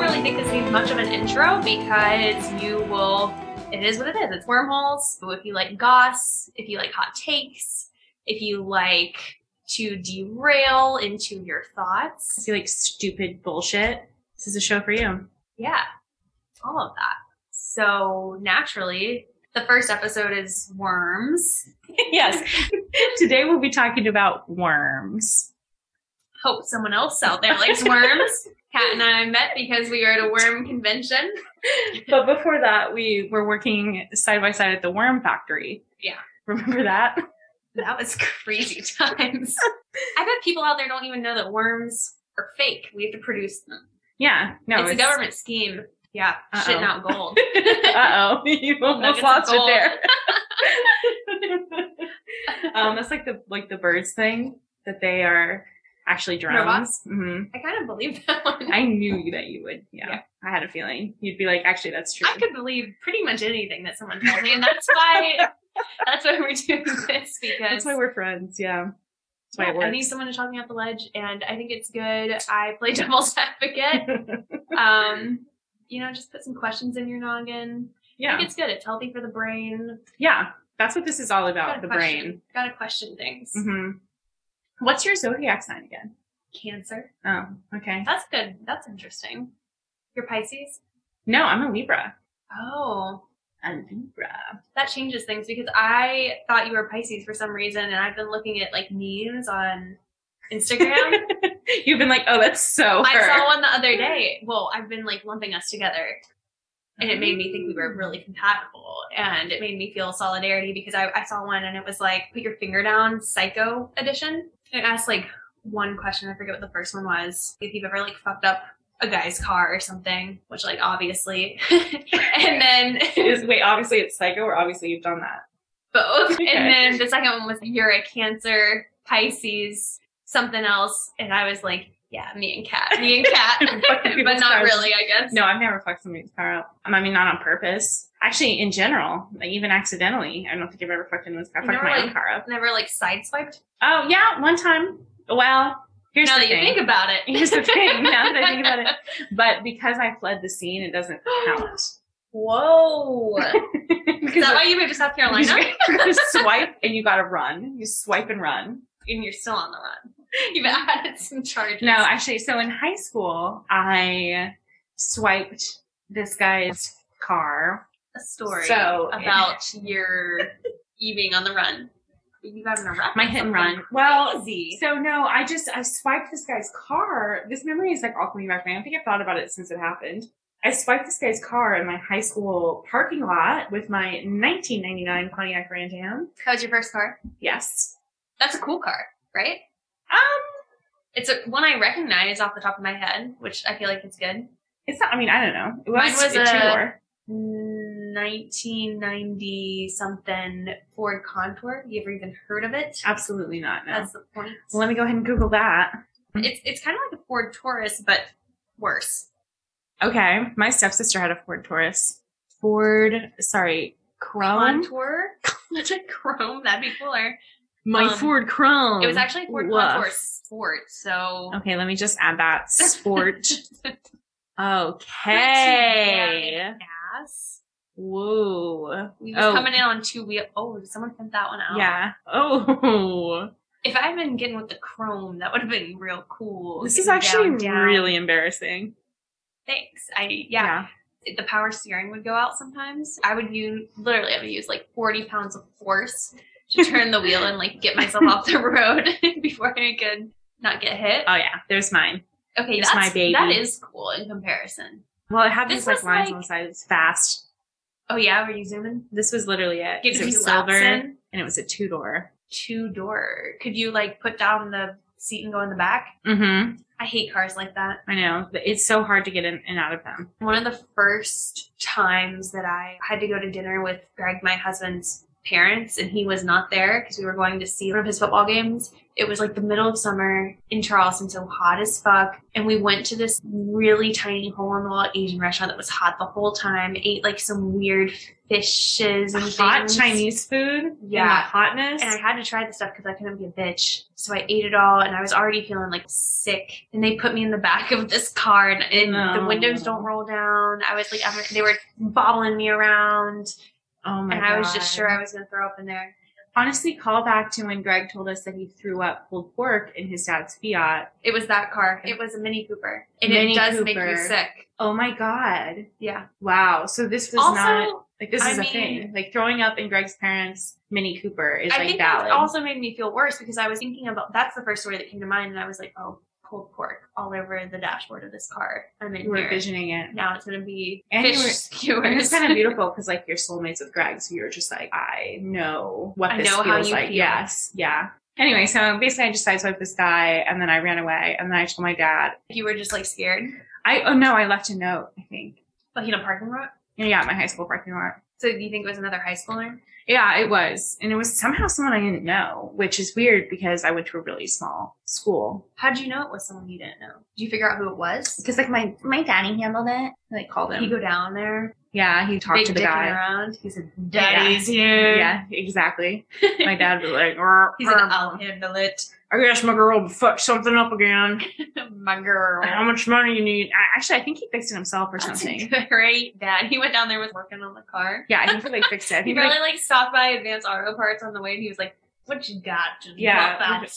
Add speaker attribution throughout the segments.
Speaker 1: really think this needs much of an intro because you will. It is what it is. It's wormholes. But if you like goss, if you like hot takes, if you like to derail into your thoughts,
Speaker 2: If you like stupid bullshit, this is a show for you.
Speaker 1: yeah, all of that. So naturally, the first episode is worms.
Speaker 2: yes. Today we'll be talking about worms.
Speaker 1: Hope someone else out there likes worms. Kat and I met because we were at a worm convention.
Speaker 2: But before that, we were working side by side at the worm factory.
Speaker 1: Yeah.
Speaker 2: Remember that?
Speaker 1: That was crazy times. I bet people out there don't even know that worms are fake. We have to produce them.
Speaker 2: Yeah. No.
Speaker 1: it's, a government scheme. Yeah,
Speaker 2: Uh-oh.
Speaker 1: shitting out gold.
Speaker 2: uh oh. You almost
Speaker 1: Nuggets of
Speaker 2: lost it
Speaker 1: gold.
Speaker 2: there. um, that's like the like the birds thing that they are actually drones.
Speaker 1: Robots?
Speaker 2: hmm
Speaker 1: I kind of believe that one. I,
Speaker 2: I knew that you would. Yeah,
Speaker 1: Yeah.
Speaker 2: I had a feeling you'd be like, actually, that's true.
Speaker 1: could believe pretty much anything that someone tells me, and that's why that's why we're doing this because
Speaker 2: that's why we're friends. Yeah, that's why
Speaker 1: Yeah,
Speaker 2: it works.
Speaker 1: I need someone to talk me off the ledge, and I think it's good. I play devil's advocate. um, you know, just put some questions in your noggin. I
Speaker 2: yeah,
Speaker 1: think it's good. It's healthy for the brain.
Speaker 2: yeah. That's what this is all about.
Speaker 1: Gotta
Speaker 2: The
Speaker 1: question-
Speaker 2: brain.
Speaker 1: Gotta question things.
Speaker 2: hmm What's your zodiac sign again?
Speaker 1: Cancer.
Speaker 2: Oh, okay.
Speaker 1: That's good. That's interesting. You're Pisces?
Speaker 2: No, I'm a Libra.
Speaker 1: Oh.
Speaker 2: A Libra.
Speaker 1: That changes things because I thought you were Pisces for some reason and I've been looking at like memes on Instagram.
Speaker 2: You've been like, oh, that's so.
Speaker 1: I
Speaker 2: her.
Speaker 1: saw one the other day. Well, I've been like lumping us together and it made me think we were
Speaker 2: Mm.
Speaker 1: really compatible and it made me feel solidarity because I, I saw one and it was like, put your finger down, psycho edition. And it asked like one question, I forget what the first one was. If you've ever like fucked up a guy's car or something, which like obviously. and then
Speaker 2: Is, wait, obviously it's psycho, or obviously you've done that.
Speaker 1: both.
Speaker 2: Okay.
Speaker 1: And then the second one was you're a Cancer, Pisces, something else. And I was like, yeah, me and Kat, me and Kat,
Speaker 2: Fuck the
Speaker 1: but
Speaker 2: people's
Speaker 1: not
Speaker 2: cars.
Speaker 1: really, I guess.
Speaker 2: No, I've never fucked somebody's car up. Um, I mean, not on purpose. Actually, in general, like, even accidentally, I don't think I've ever fucked anyone's car. I
Speaker 1: You
Speaker 2: fucked
Speaker 1: never,
Speaker 2: my own
Speaker 1: like-
Speaker 2: car up.
Speaker 1: Never like sideswiped.
Speaker 2: Oh yeah, one time. Well, here's
Speaker 1: now
Speaker 2: the
Speaker 1: that
Speaker 2: thing.
Speaker 1: you think about it,
Speaker 2: here's the thing. Now that I think about it, but because I fled the scene, it doesn't count.
Speaker 1: Whoa! Is
Speaker 2: because
Speaker 1: that why you moved to South Carolina?
Speaker 2: you swipe and you gotta run. You swipe and run.
Speaker 1: and you're still on the run. You've added some charges.
Speaker 2: No, actually, so in high school, I swiped this guy's car.
Speaker 1: a story
Speaker 2: So-
Speaker 1: about your you being on the run. You got an arrest.
Speaker 2: My hit and run. Well,
Speaker 1: Crazy.
Speaker 2: So no, I just I swiped this guy's car. This memory is like all coming back to me. I don't think I've thought about it since it happened. I swiped this guy's car in my high school parking lot with my 1999 Pontiac Grand Am.
Speaker 1: That was your first car.
Speaker 2: Yes.
Speaker 1: That's a cool car, right?
Speaker 2: Um,
Speaker 1: It's a, one I recognize off the top of my head, which I feel like it's good.
Speaker 2: it's not. I mean, I don't know. It was,
Speaker 1: Mine was
Speaker 2: a
Speaker 1: a-
Speaker 2: two-door.
Speaker 1: 1990 something Ford Contour. You ever even heard of it?
Speaker 2: Absolutely not. No.
Speaker 1: That's the point.
Speaker 2: well, let me go ahead and Google that.
Speaker 1: It's it's kind of like a Ford Taurus, but worse.
Speaker 2: Okay, my stepsister had a Ford Taurus. Ford, sorry, Chrome.
Speaker 1: Contour, chrome. That'd be cooler.
Speaker 2: My
Speaker 1: Um,
Speaker 2: Ford Chrome.
Speaker 1: It was actually Ford
Speaker 2: Woof.
Speaker 1: Contour Sport. So
Speaker 2: Okay, let me just add that sport.
Speaker 1: Hey,
Speaker 2: okay.
Speaker 1: ass.
Speaker 2: Whoa.
Speaker 1: We was
Speaker 2: Oh.
Speaker 1: coming in on two wheel. Oh, did someone print that one out?
Speaker 2: Yeah. Oh.
Speaker 1: If I had been getting with the chrome, that would have been real cool.
Speaker 2: This is
Speaker 1: Getting
Speaker 2: actually
Speaker 1: down, down.
Speaker 2: really embarrassing.
Speaker 1: Thanks. I yeah. the power steering would go out sometimes. I would use literally I would use like forty pounds of force to turn the wheel and like get myself off the road before I could not get hit.
Speaker 2: Oh yeah, there's mine.
Speaker 1: Okay,
Speaker 2: it's
Speaker 1: that's
Speaker 2: my baby.
Speaker 1: That is cool in comparison.
Speaker 2: Well, it had
Speaker 1: This
Speaker 2: these like
Speaker 1: was
Speaker 2: lines
Speaker 1: like-
Speaker 2: on the side. It was fast.
Speaker 1: Oh yeah, were you zooming?
Speaker 2: This was literally it.
Speaker 1: Get
Speaker 2: 'cause
Speaker 1: a few
Speaker 2: it was
Speaker 1: laps
Speaker 2: silver and
Speaker 1: in.
Speaker 2: it was a two door.
Speaker 1: Two door. Could you like put down the seat and go in the back?
Speaker 2: Mm-hmm.
Speaker 1: I hate cars like that.
Speaker 2: I know. but It's so hard to get in and out of them.
Speaker 1: One of the first times that I had to go to dinner with Greg, my husband's parents and he was not there because we were going to see one of his football games. It was like the middle of summer in Charleston, so hot as fuck. And we went to this really tiny hole in the wall Asian restaurant that was hot the whole time, ate like some weird fishes and
Speaker 2: Hot
Speaker 1: things.
Speaker 2: Chinese food.
Speaker 1: Yeah.
Speaker 2: And the hotness.
Speaker 1: And I had to try the stuff because I couldn't be a bitch. So I ate it all and I was already feeling like sick. And they put me in the back of this car and, and the
Speaker 2: No.
Speaker 1: windows don't roll down. I was like, I'm, they were bobbling me around
Speaker 2: oh my
Speaker 1: and I was just
Speaker 2: God.
Speaker 1: sure I was going to throw up in there.
Speaker 2: honestly call back to when Greg told us that he threw up pulled pork in his dad's Fiat.
Speaker 1: It was that car. It was a Mini Cooper. And
Speaker 2: Mini
Speaker 1: it does make me
Speaker 2: Cooper.
Speaker 1: sick.
Speaker 2: Oh my god.
Speaker 1: Yeah.
Speaker 2: Wow. So this was
Speaker 1: also,
Speaker 2: not like this
Speaker 1: I
Speaker 2: is a
Speaker 1: mean-
Speaker 2: thing. Like throwing up in Greg's parents Mini Cooper is
Speaker 1: I
Speaker 2: like
Speaker 1: think
Speaker 2: valid.
Speaker 1: that also made me feel worse because I was thinking about that's the first story that came to mind. And I was like, oh, cold pork all over the dashboard of this car. I'm in
Speaker 2: You We're
Speaker 1: here.
Speaker 2: envisioning it.
Speaker 1: Now it's going to be
Speaker 2: And you
Speaker 1: fish
Speaker 2: were-
Speaker 1: skewers.
Speaker 2: And it's kind of beautiful because like you're soulmates with Greg, so you're just like, I know what
Speaker 1: I
Speaker 2: this
Speaker 1: know how
Speaker 2: feels
Speaker 1: you
Speaker 2: like.
Speaker 1: feel.
Speaker 2: Yes, yeah. Anyway, so basically, I just sideswiped this guy, and then I ran away, and then I told my dad.
Speaker 1: You were just like scared,
Speaker 2: I oh no, I left a note. I think
Speaker 1: like in a parking lot.
Speaker 2: yeah, at my high school parking lot.
Speaker 1: So do you think it was another high schooler?
Speaker 2: Yeah, it was. And it was somehow someone I didn't know, which is weird because I went to a really small school.
Speaker 1: How'd you know it was someone you didn't know? Did you figure out who it was?
Speaker 2: Because like my my daddy handled it. Like called
Speaker 1: Did he go down there,
Speaker 2: yeah, he talked
Speaker 1: big
Speaker 2: to the
Speaker 1: dicking
Speaker 2: guy.
Speaker 1: around? He said,
Speaker 2: "Daddy's
Speaker 1: here."
Speaker 2: Yeah, exactly. My dad was like, "Rrr,
Speaker 1: He said,
Speaker 2: rrr.
Speaker 1: "I'll handle it,
Speaker 2: I guess my girl fucked something up again.
Speaker 1: my girl."
Speaker 2: How much money you need? I, actually, I think he fixed it himself or
Speaker 1: That's
Speaker 2: something.
Speaker 1: great, Dad. He went down there was working on the car.
Speaker 2: Yeah, I think he like fixed it. I
Speaker 1: He
Speaker 2: think,
Speaker 1: probably
Speaker 2: like,
Speaker 1: like stopped by Advanced Auto Parts on the way, and he was like, "What you got? Just
Speaker 2: Yeah.
Speaker 1: bought that."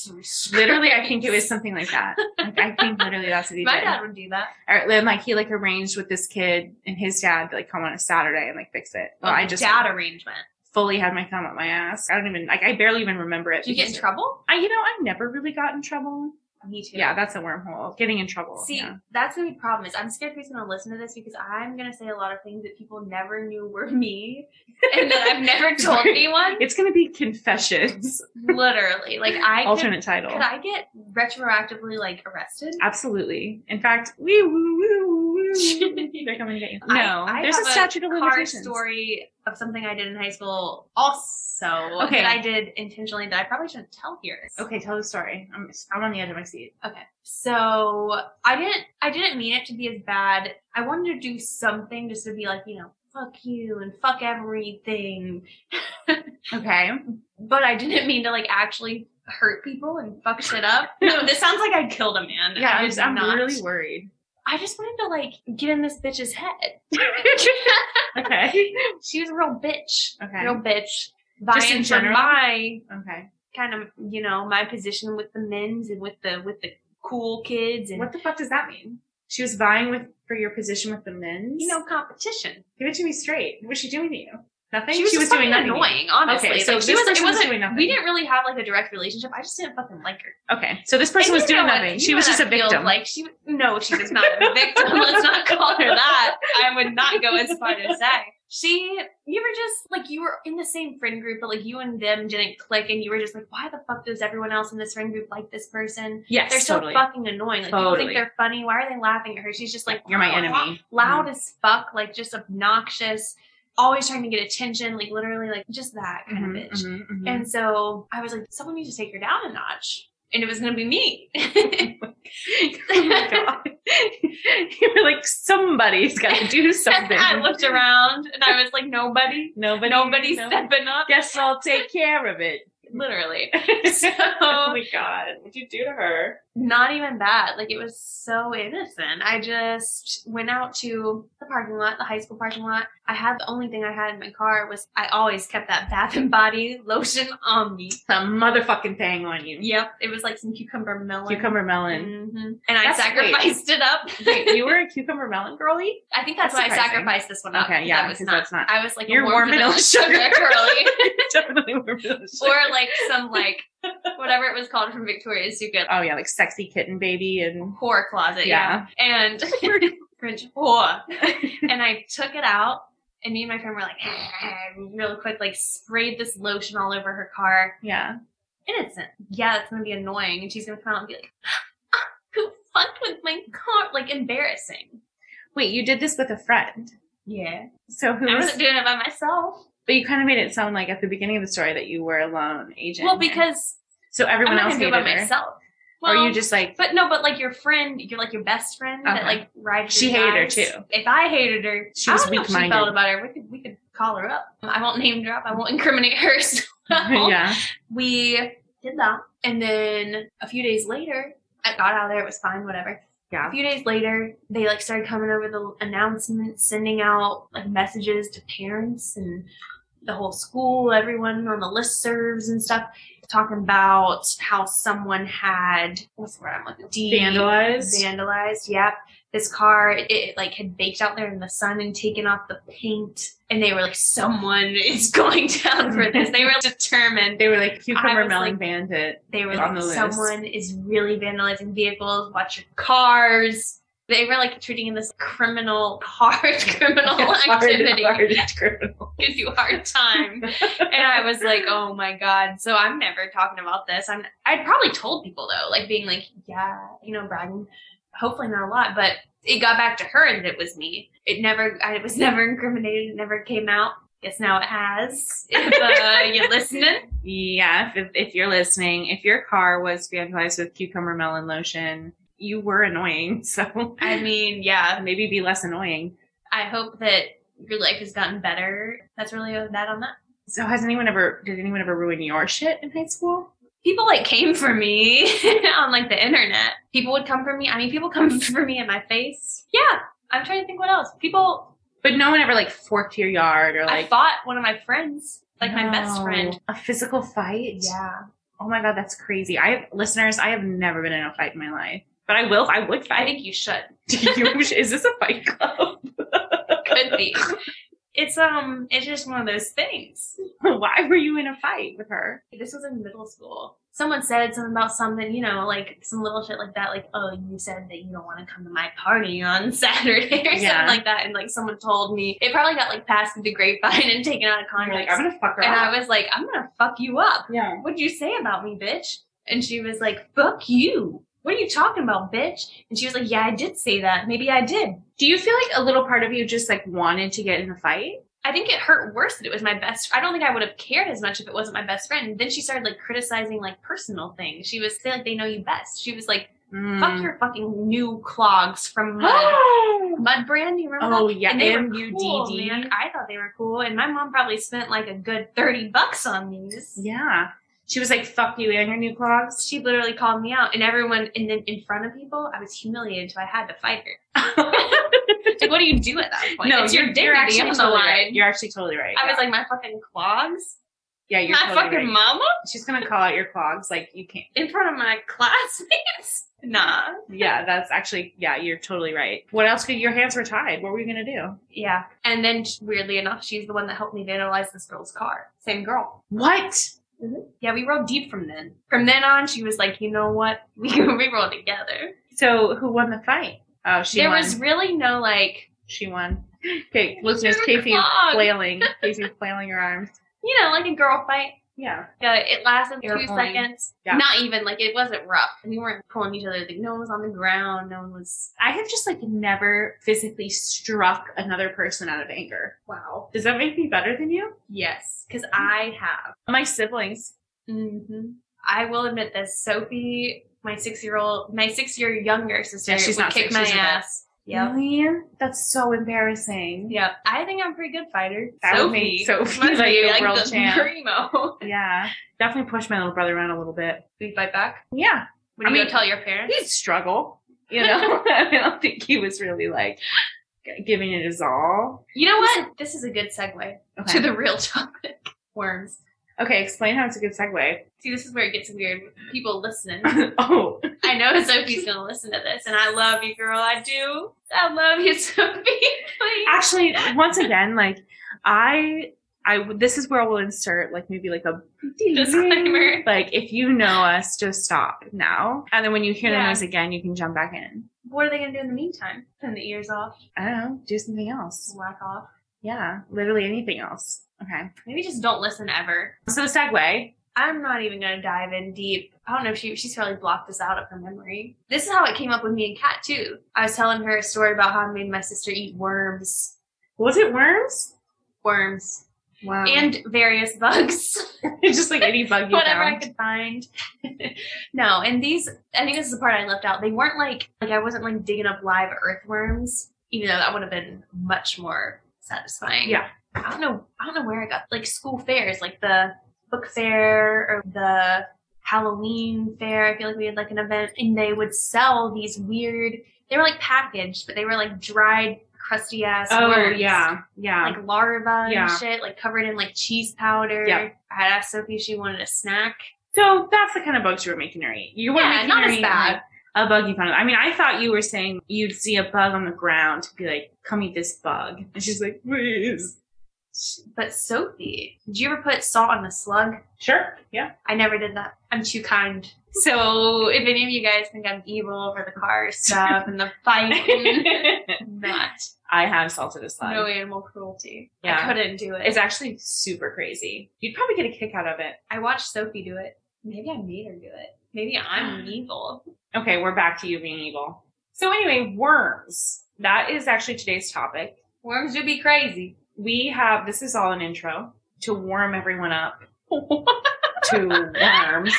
Speaker 2: literally, I think it was something like that. Like, I think literally that's what he
Speaker 1: My
Speaker 2: did.
Speaker 1: dad would do that.
Speaker 2: or then like he like arranged with this kid and his dad to like come on a Saturday and like fix it. Well, Oh, I just
Speaker 1: Oh, dad arrangement.
Speaker 2: fully had my thumb up my ass. I don't even like I barely even remember it.
Speaker 1: Did you get in
Speaker 2: because-
Speaker 1: trouble?
Speaker 2: I you know I never really got in trouble.
Speaker 1: Me too.
Speaker 2: Yeah, that's a wormhole. Getting in trouble.
Speaker 1: See,
Speaker 2: yeah.
Speaker 1: that's the big problem is I'm scared who's gonna listen to this because I'm gonna say a lot of things that people never knew were me and that I've never told anyone.
Speaker 2: it's gonna be confessions.
Speaker 1: Literally. Like I could,
Speaker 2: alternate title.
Speaker 1: could I get retroactively like arrested?
Speaker 2: Absolutely. In fact, wee woo woo woo. woo. They're coming to get you. No,
Speaker 1: I- I
Speaker 2: there's a
Speaker 1: have
Speaker 2: statute of
Speaker 1: car
Speaker 2: limitations.
Speaker 1: story of something I did in high school also
Speaker 2: Okay.
Speaker 1: that I did intentionally that I probably shouldn't tell here.
Speaker 2: Okay, tell the story. I'm I'm on the edge of my seat.
Speaker 1: Okay. So I didn't I didn't mean it to be as bad. I wanted to do something just to be like, you know, fuck you and fuck everything.
Speaker 2: Okay.
Speaker 1: but I didn't mean to like actually hurt people and fuck shit up. No, this sounds like I killed a man.
Speaker 2: Yeah,
Speaker 1: I
Speaker 2: I'm,
Speaker 1: was
Speaker 2: I'm
Speaker 1: not.
Speaker 2: really worried.
Speaker 1: I just wanted to like get in this bitch's head.
Speaker 2: Okay.
Speaker 1: she was a real bitch.
Speaker 2: Okay.
Speaker 1: Real bitch.
Speaker 2: Just
Speaker 1: Vying
Speaker 2: in
Speaker 1: for
Speaker 2: general?
Speaker 1: my
Speaker 2: Okay.
Speaker 1: kind of you know my position with the men's and with the with the cool kids and
Speaker 2: What the fuck does that mean? She was vying with for your position with the men's.
Speaker 1: you know competition.
Speaker 2: give it to me straight. What was she doing to you? Nothing.
Speaker 1: She was, just fucking
Speaker 2: nothing to you.
Speaker 1: annoying, honestly.
Speaker 2: Okay, so
Speaker 1: like, she
Speaker 2: this
Speaker 1: wasn't.
Speaker 2: person
Speaker 1: It
Speaker 2: was
Speaker 1: wasn't.
Speaker 2: doing nothing.
Speaker 1: we didn't really have like a direct relationship. I just didn't fucking like her.
Speaker 2: Okay, so this person was
Speaker 1: And you
Speaker 2: doing
Speaker 1: know what-
Speaker 2: nothing.
Speaker 1: you
Speaker 2: She
Speaker 1: know
Speaker 2: was
Speaker 1: what
Speaker 2: just a
Speaker 1: that feels
Speaker 2: victim.
Speaker 1: Like she, no, she was not a victim. Let's not call her that. I would not go as far as that. She, you were just like you were in the same friend group, but like you and them didn't click, and you were just like, why the fuck does everyone else in this friend group like this person?
Speaker 2: yes,
Speaker 1: They're so fucking annoying. Like people think
Speaker 2: Totally.
Speaker 1: they're funny. Why are they laughing at her? She's just like,
Speaker 2: You're my
Speaker 1: "Wow,
Speaker 2: enemy."
Speaker 1: loud as fuck, like just obnoxious, always trying to get attention, like literally, like just that kind of bitch.
Speaker 2: And
Speaker 1: And so I was like, someone needs to take her down a notch. And it was going to be me.
Speaker 2: oh my god, you were like somebody's got to do something.
Speaker 1: I looked around and I was like, nobody,
Speaker 2: Nobody.
Speaker 1: nobody's
Speaker 2: no-
Speaker 1: stepping up.
Speaker 2: Guess I'll take care of it.
Speaker 1: Literally.
Speaker 2: oh my god, what'd you do to her?
Speaker 1: Not even bad. Like, it was so innocent. I just went out to the parking lot, the high school parking lot. I had the only thing I had in my car was I always kept that bath and body lotion on me.
Speaker 2: The motherfucking thing on you.
Speaker 1: Yep. It was like some cucumber melon.
Speaker 2: Cucumber melon.
Speaker 1: hmm And I
Speaker 2: That's- wait.
Speaker 1: sacrificed it up.
Speaker 2: Mm-hmm. Wait, you were a cucumber melon girly?
Speaker 1: I think that's,
Speaker 2: That's
Speaker 1: why
Speaker 2: surprising.
Speaker 1: I sacrificed this one up.
Speaker 2: Okay,
Speaker 1: 'cause
Speaker 2: yeah,
Speaker 1: I was
Speaker 2: 'cause
Speaker 1: not.
Speaker 2: that's not-
Speaker 1: I was like a
Speaker 2: You're warm vanilla sugar.
Speaker 1: girly,
Speaker 2: Definitely were really
Speaker 1: or like some like whatever it was called from Victoria's Secret,
Speaker 2: Oh yeah, like sexy kitten baby and
Speaker 1: whore closet. Yeah, and cringe whore. And I took it out, and me and my friend were like, real quick, like sprayed this lotion all over her car.
Speaker 2: yeah.
Speaker 1: Innocent. Yeah, it's gonna be annoying, and she's gonna come out and be like, who fucked with my car? Like embarrassing.
Speaker 2: Wait, you did this with a friend.
Speaker 1: Yeah,
Speaker 2: So who
Speaker 1: I
Speaker 2: was
Speaker 1: wasn't doing it by myself.
Speaker 2: But you kind of made it sound like at the beginning of the story that you were a lone agent.
Speaker 1: Well, because
Speaker 2: so
Speaker 1: I'm
Speaker 2: everyone
Speaker 1: not
Speaker 2: else
Speaker 1: gonna do it
Speaker 2: hated
Speaker 1: by
Speaker 2: her.
Speaker 1: myself.
Speaker 2: or
Speaker 1: Well,
Speaker 2: you just like
Speaker 1: But no, but like your friend, you're like your best friend that
Speaker 2: Uh-huh.
Speaker 1: like rides.
Speaker 2: She
Speaker 1: your
Speaker 2: hated her,
Speaker 1: guys.
Speaker 2: too.
Speaker 1: If I hated her,
Speaker 2: She
Speaker 1: I
Speaker 2: was
Speaker 1: don't know if
Speaker 2: weak-minded.
Speaker 1: She felt about her. We could we could call her up. I won't name drop. I won't incriminate her. So
Speaker 2: yeah.
Speaker 1: we did that, and then a few days later, I got out of there. It was fine. Whatever.
Speaker 2: Yeah.
Speaker 1: A few days later, they like started coming over the announcements, sending out like messages to parents and the whole school, everyone on the listservs and stuff, talking about how someone had what's the word I'm looking de-
Speaker 2: Vandalized.
Speaker 1: vandalized. Yep. This car, it, it like had baked out there in the sun and taken off the paint, and they were like, "Someone is going down for this." They were determined.
Speaker 2: they were like
Speaker 1: I
Speaker 2: cucumber
Speaker 1: was
Speaker 2: melon
Speaker 1: like-
Speaker 2: bandit.
Speaker 1: They were
Speaker 2: On
Speaker 1: like,
Speaker 2: the list.
Speaker 1: "Someone is really vandalizing vehicles. Watch your cars." They were like treating this criminal, hard criminal
Speaker 2: Hard-
Speaker 1: activity,
Speaker 2: hard criminal.
Speaker 1: gives you a hard time. and I was like, "Oh my god!" So I'm never talking about this. I'm. I'd probably told people though, like being like, "Yeah, you know, bragging." Hopefully not a lot, but it got back to her that it was me. It never. I it was never incriminated. It never came out. Guess now it has. If uh, you're listening,
Speaker 2: Yeah, if, if you're listening, if your car was vandalized with cucumber melon lotion, you were annoying. So
Speaker 1: I mean, yeah.
Speaker 2: maybe be less annoying.
Speaker 1: I hope that your life has gotten better. That's really that on that.
Speaker 2: So has anyone ever did anyone ever ruin your shit in high school?
Speaker 1: people like came for me on like the internet. People would come for me. I mean, people come for me in my face. Yeah, I'm trying to think what else. People,
Speaker 2: But no one ever like forked your yard or
Speaker 1: I
Speaker 2: like
Speaker 1: fought one of my friends, like my best
Speaker 2: No.
Speaker 1: friend.
Speaker 2: A physical fight?
Speaker 1: Yeah,
Speaker 2: Oh my god, that's crazy. I have listeners, I have never been in a fight in my life. But I will I would
Speaker 1: I
Speaker 2: fight.
Speaker 1: think you should.
Speaker 2: Is this a fight club?
Speaker 1: Could be. It's um, it's just one of those things.
Speaker 2: Why were you in a fight with her?
Speaker 1: This was in middle school. Someone said something about something, you know, like some little shit like that, like, oh, you said that you don't want to come to my party on Saturday or
Speaker 2: Yeah.
Speaker 1: something like that. And like someone told me, it probably got like passed through the grapevine and taken out of
Speaker 2: I'm
Speaker 1: context.
Speaker 2: like, I'm gonna fuck her
Speaker 1: And
Speaker 2: up.
Speaker 1: I was like, I'm gonna fuck you up.
Speaker 2: yeah.
Speaker 1: What'd you say about me, bitch? And she was like, fuck you. What are you talking about, bitch? And she was like, yeah, I did say that. Maybe I did.
Speaker 2: Do you feel like a little part of you just like wanted to get in a fight?
Speaker 1: I think it hurt worse that it was my best. I don't think I would have cared as much if it wasn't my best friend. then she started like criticizing like personal things. She was saying like they know you best. She was like,
Speaker 2: Mm.
Speaker 1: fuck your fucking new clogs from Mud. Mud brand, you remember?
Speaker 2: Oh,
Speaker 1: that?
Speaker 2: yeah,
Speaker 1: and they
Speaker 2: MUDD.
Speaker 1: were cool, man. I thought they were cool, and my mom probably spent like a good thirty bucks on these.
Speaker 2: Yeah. She was like, fuck you and your new clogs.
Speaker 1: she literally called me out and everyone and then in front of people i was humiliated so i had to fight her like what do you do at that point it's your dignity on the
Speaker 2: totally
Speaker 1: line
Speaker 2: right. You're actually totally right.
Speaker 1: i was like my fucking clogs
Speaker 2: yeah, you're
Speaker 1: my
Speaker 2: totally
Speaker 1: fucking
Speaker 2: right.
Speaker 1: mama
Speaker 2: She's gonna call out your clogs. Like you can't.
Speaker 1: in front of my classmates nah
Speaker 2: Yeah, that's actually. Yeah, you're totally right. What else could your hands were tied? What were you gonna do?
Speaker 1: yeah and then weirdly enough she's the one that helped me vandalize this girl's car same girl
Speaker 2: What?
Speaker 1: yeah we rolled deep from then from then on she was like you know what we, we roll together
Speaker 2: So who won the fight? Oh, she
Speaker 1: there
Speaker 2: won.
Speaker 1: was really no like
Speaker 2: She won. Okay, listeners, Casey is
Speaker 1: Clog.
Speaker 2: flailing. Casey's flailing her arms.
Speaker 1: you know like a girl fight
Speaker 2: Yeah.
Speaker 1: Yeah, it lasted
Speaker 2: Air
Speaker 1: two
Speaker 2: horn.
Speaker 1: seconds.
Speaker 2: Yeah.
Speaker 1: Not even like it wasn't rough. We weren't pulling each other. Like no one was on the ground. No one was.
Speaker 2: I have just like never physically struck another person out of anger.
Speaker 1: Wow.
Speaker 2: Does that make me better than you?
Speaker 1: Yes, because I have.
Speaker 2: My siblings. Mm-hmm.
Speaker 1: hmm I will admit this. Sophie, my six-year-old, my six-year younger sister,
Speaker 2: Yeah, she's
Speaker 1: would
Speaker 2: not
Speaker 1: kick
Speaker 2: six,
Speaker 1: my
Speaker 2: she's adult.
Speaker 1: ass.
Speaker 2: Mm-hmm.
Speaker 1: Yep.
Speaker 2: Really? That's so embarrassing.
Speaker 1: Yep. I think I'm a pretty good fighter.
Speaker 2: That
Speaker 1: Sophie,
Speaker 2: would make
Speaker 1: must
Speaker 2: Sophie like
Speaker 1: be
Speaker 2: a
Speaker 1: like
Speaker 2: world
Speaker 1: the
Speaker 2: champ.
Speaker 1: primo.
Speaker 2: Yeah. Definitely push my little brother around a little bit.
Speaker 1: We fight back.
Speaker 2: Yeah.
Speaker 1: Would
Speaker 2: I
Speaker 1: you
Speaker 2: mean-
Speaker 1: go tell your parents?
Speaker 2: He'd struggle. You know? I don't think he was really like g- giving it his all.
Speaker 1: You know what? This is a good segue to the real topic: worms.
Speaker 2: okay, explain how it's a good segue.
Speaker 1: See, this is where it gets weird. People listening.
Speaker 2: oh.
Speaker 1: I know Sophie's gonna listen to this, and I love you, girl. I do. I love you, Sophie. Please.
Speaker 2: Actually, once again, like I I w- this is where we'll insert like maybe like a
Speaker 1: Disclaimer.
Speaker 2: Like if you know us, just stop now. And then when you hear the
Speaker 1: Yeah.
Speaker 2: noise again, you can jump back in.
Speaker 1: What are they gonna do in the meantime? Turn the ears off,
Speaker 2: I don't know, do something else.
Speaker 1: whack off.
Speaker 2: Yeah, literally anything else. Okay.
Speaker 1: Maybe just don't listen ever.
Speaker 2: So the segue.
Speaker 1: I'm not even gonna dive in deep. I don't know if she she's probably blocked this out of her memory. This is how it came up with me and Kat too. I was telling her a story about how I made my sister eat worms.
Speaker 2: Was it worms?
Speaker 1: Worms.
Speaker 2: Wow.
Speaker 1: and various bugs,
Speaker 2: just like any bug you
Speaker 1: whatever I
Speaker 2: found.
Speaker 1: could find. no, and these, I think this is the part I left out. They weren't like, like I wasn't like digging up live earthworms, even though that would have been much more satisfying.
Speaker 2: Yeah.
Speaker 1: I don't know. I don't know where I got like school fairs, like the book fair or the Halloween fair. I feel like we had like an event, and they would sell these weird. They were like packaged, but they were like dried, crusty ass.
Speaker 2: Oh
Speaker 1: worms
Speaker 2: yeah, yeah.
Speaker 1: like larva
Speaker 2: Yeah.
Speaker 1: and shit, like covered in like cheese powder.
Speaker 2: Yeah.
Speaker 1: I had asked Sophie if she wanted a snack.
Speaker 2: so that's the kind of bugs you were making her eat. You were
Speaker 1: Yeah,
Speaker 2: making
Speaker 1: not
Speaker 2: her
Speaker 1: as
Speaker 2: eat,
Speaker 1: bad.
Speaker 2: like, a bug you found. I mean, I thought you were saying you'd see a bug on the ground to be like, "Come eat this bug," and she's like, "Please."
Speaker 1: But Sophie, did you ever put salt on the slug?
Speaker 2: Sure. Yeah.
Speaker 1: I never did that. I'm too kind. So if any of you guys think I'm evil for the car stuff and the fighting,
Speaker 2: I
Speaker 1: not
Speaker 2: have salted a slug.
Speaker 1: no animal cruelty.
Speaker 2: Yeah.
Speaker 1: I couldn't do it.
Speaker 2: it's actually super crazy. You'd probably get a kick out of it.
Speaker 1: I watched Sophie do it. Maybe I made her do it. Maybe I'm
Speaker 2: Mm.
Speaker 1: evil.
Speaker 2: Okay, we're back to you being evil. So anyway, worms. That is actually today's topic.
Speaker 1: Worms do be crazy.
Speaker 2: We have this is all an intro to warm everyone up to worms.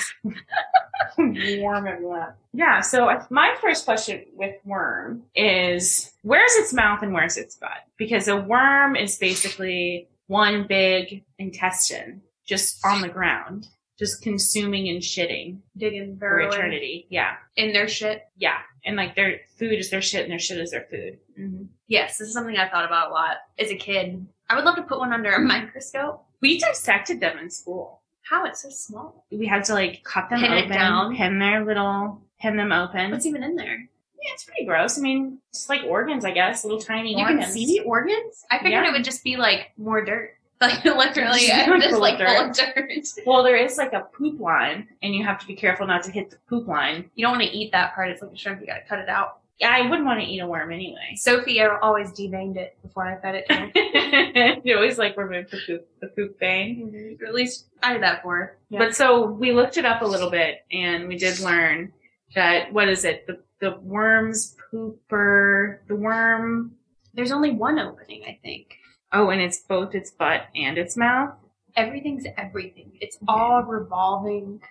Speaker 2: warm everyone up. Yeah. So I- my first question with worm is where's its mouth and where's its butt? Because a worm is basically one big intestine just on the ground, just consuming and shitting
Speaker 1: Digging
Speaker 2: for
Speaker 1: burrowing
Speaker 2: eternity. Yeah.
Speaker 1: in their shit.
Speaker 2: Yeah. And like their food is their shit and their shit is their food.
Speaker 1: Mm-hmm. Yes, this is something I thought about a lot as a kid. I would love to put one under a microscope.
Speaker 2: We dissected them in school.
Speaker 1: How it's so small.
Speaker 2: We had to like cut them
Speaker 1: Pin it
Speaker 2: open,
Speaker 1: down.
Speaker 2: pin their little, pin them open.
Speaker 1: What's even in there?
Speaker 2: yeah, it's pretty gross. I mean, just like organs, I guess, little tiny
Speaker 1: You
Speaker 2: organs.
Speaker 1: can see the organs. I figured
Speaker 2: Yeah.
Speaker 1: it would just be like more dirt, like literally
Speaker 2: Just
Speaker 1: I'm just
Speaker 2: full
Speaker 1: like
Speaker 2: of
Speaker 1: full of dirt.
Speaker 2: Well, there is like a poop line, and you have to be careful not to hit the poop line.
Speaker 1: You don't want to eat that part. It's like a shrimp. You got to cut it out.
Speaker 2: Yeah, I wouldn't want to eat a worm anyway.
Speaker 1: Sophie I always deveined it before I fed it. to her.
Speaker 2: you always like remove the poop, the poop vein.
Speaker 1: Or At least I did that for. her.
Speaker 2: But so we looked it up a little bit and we did learn that what is it? The the worm's pooper, the worm
Speaker 1: there's only one opening. I think
Speaker 2: oh, and it's both its butt and its mouth.
Speaker 1: everything's everything. It's all revolving.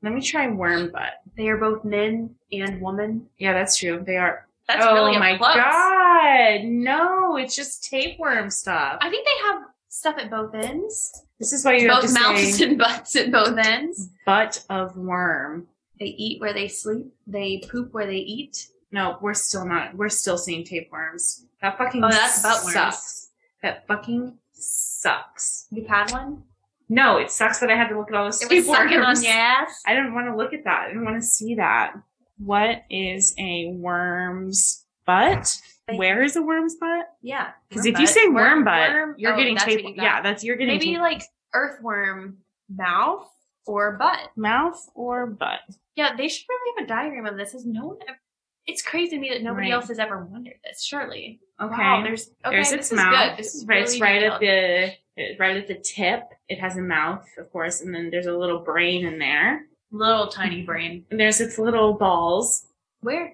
Speaker 2: Let me try worm butt.
Speaker 1: They are both men and woman.
Speaker 2: Yeah, that's true. They are
Speaker 1: That's
Speaker 2: Oh
Speaker 1: really a
Speaker 2: my
Speaker 1: plus.
Speaker 2: god. No, it's just tapeworm stuff.
Speaker 1: I think they have stuff at both ends.
Speaker 2: This is why you have
Speaker 1: both
Speaker 2: to
Speaker 1: mouths
Speaker 2: say
Speaker 1: and butts at both ends.
Speaker 2: butt of worm.
Speaker 1: They eat where they sleep. They poop where they eat.
Speaker 2: No, we're still not we're still seeing tapeworms. That fucking
Speaker 1: Oh, that's butt worms.
Speaker 2: sucks. That fucking sucks.
Speaker 1: You've had one?
Speaker 2: No, it sucks that I had to look at all those
Speaker 1: It was
Speaker 2: tapeworms.
Speaker 1: sucking on your ass.
Speaker 2: I didn't want to look at that. I didn't want to see that. What is a worm's butt? Where is a worm's butt?
Speaker 1: Yeah.
Speaker 2: Because
Speaker 1: worm
Speaker 2: if you
Speaker 1: butt.
Speaker 2: say worm butt,
Speaker 1: worm-
Speaker 2: you're
Speaker 1: oh,
Speaker 2: getting
Speaker 1: that's
Speaker 2: tape.
Speaker 1: what you got.
Speaker 2: Yeah, that's you're getting
Speaker 1: Maybe
Speaker 2: tape-
Speaker 1: like earthworm mouth or butt.
Speaker 2: mouth or butt.
Speaker 1: Yeah, they should really have a diagram of this. Has no one ever? It's crazy to me that nobody
Speaker 2: Right.
Speaker 1: else has ever wondered this. Surely.
Speaker 2: Okay.
Speaker 1: Wow, there's okay.
Speaker 2: There's
Speaker 1: this
Speaker 2: its
Speaker 1: is
Speaker 2: mouth.
Speaker 1: Good. This is
Speaker 2: right,
Speaker 1: really
Speaker 2: it's right
Speaker 1: detailed.
Speaker 2: at the right at the tip. It has a mouth, of course, and then there's a little brain in there.
Speaker 1: little tiny brain.
Speaker 2: And there's its little balls
Speaker 1: Where?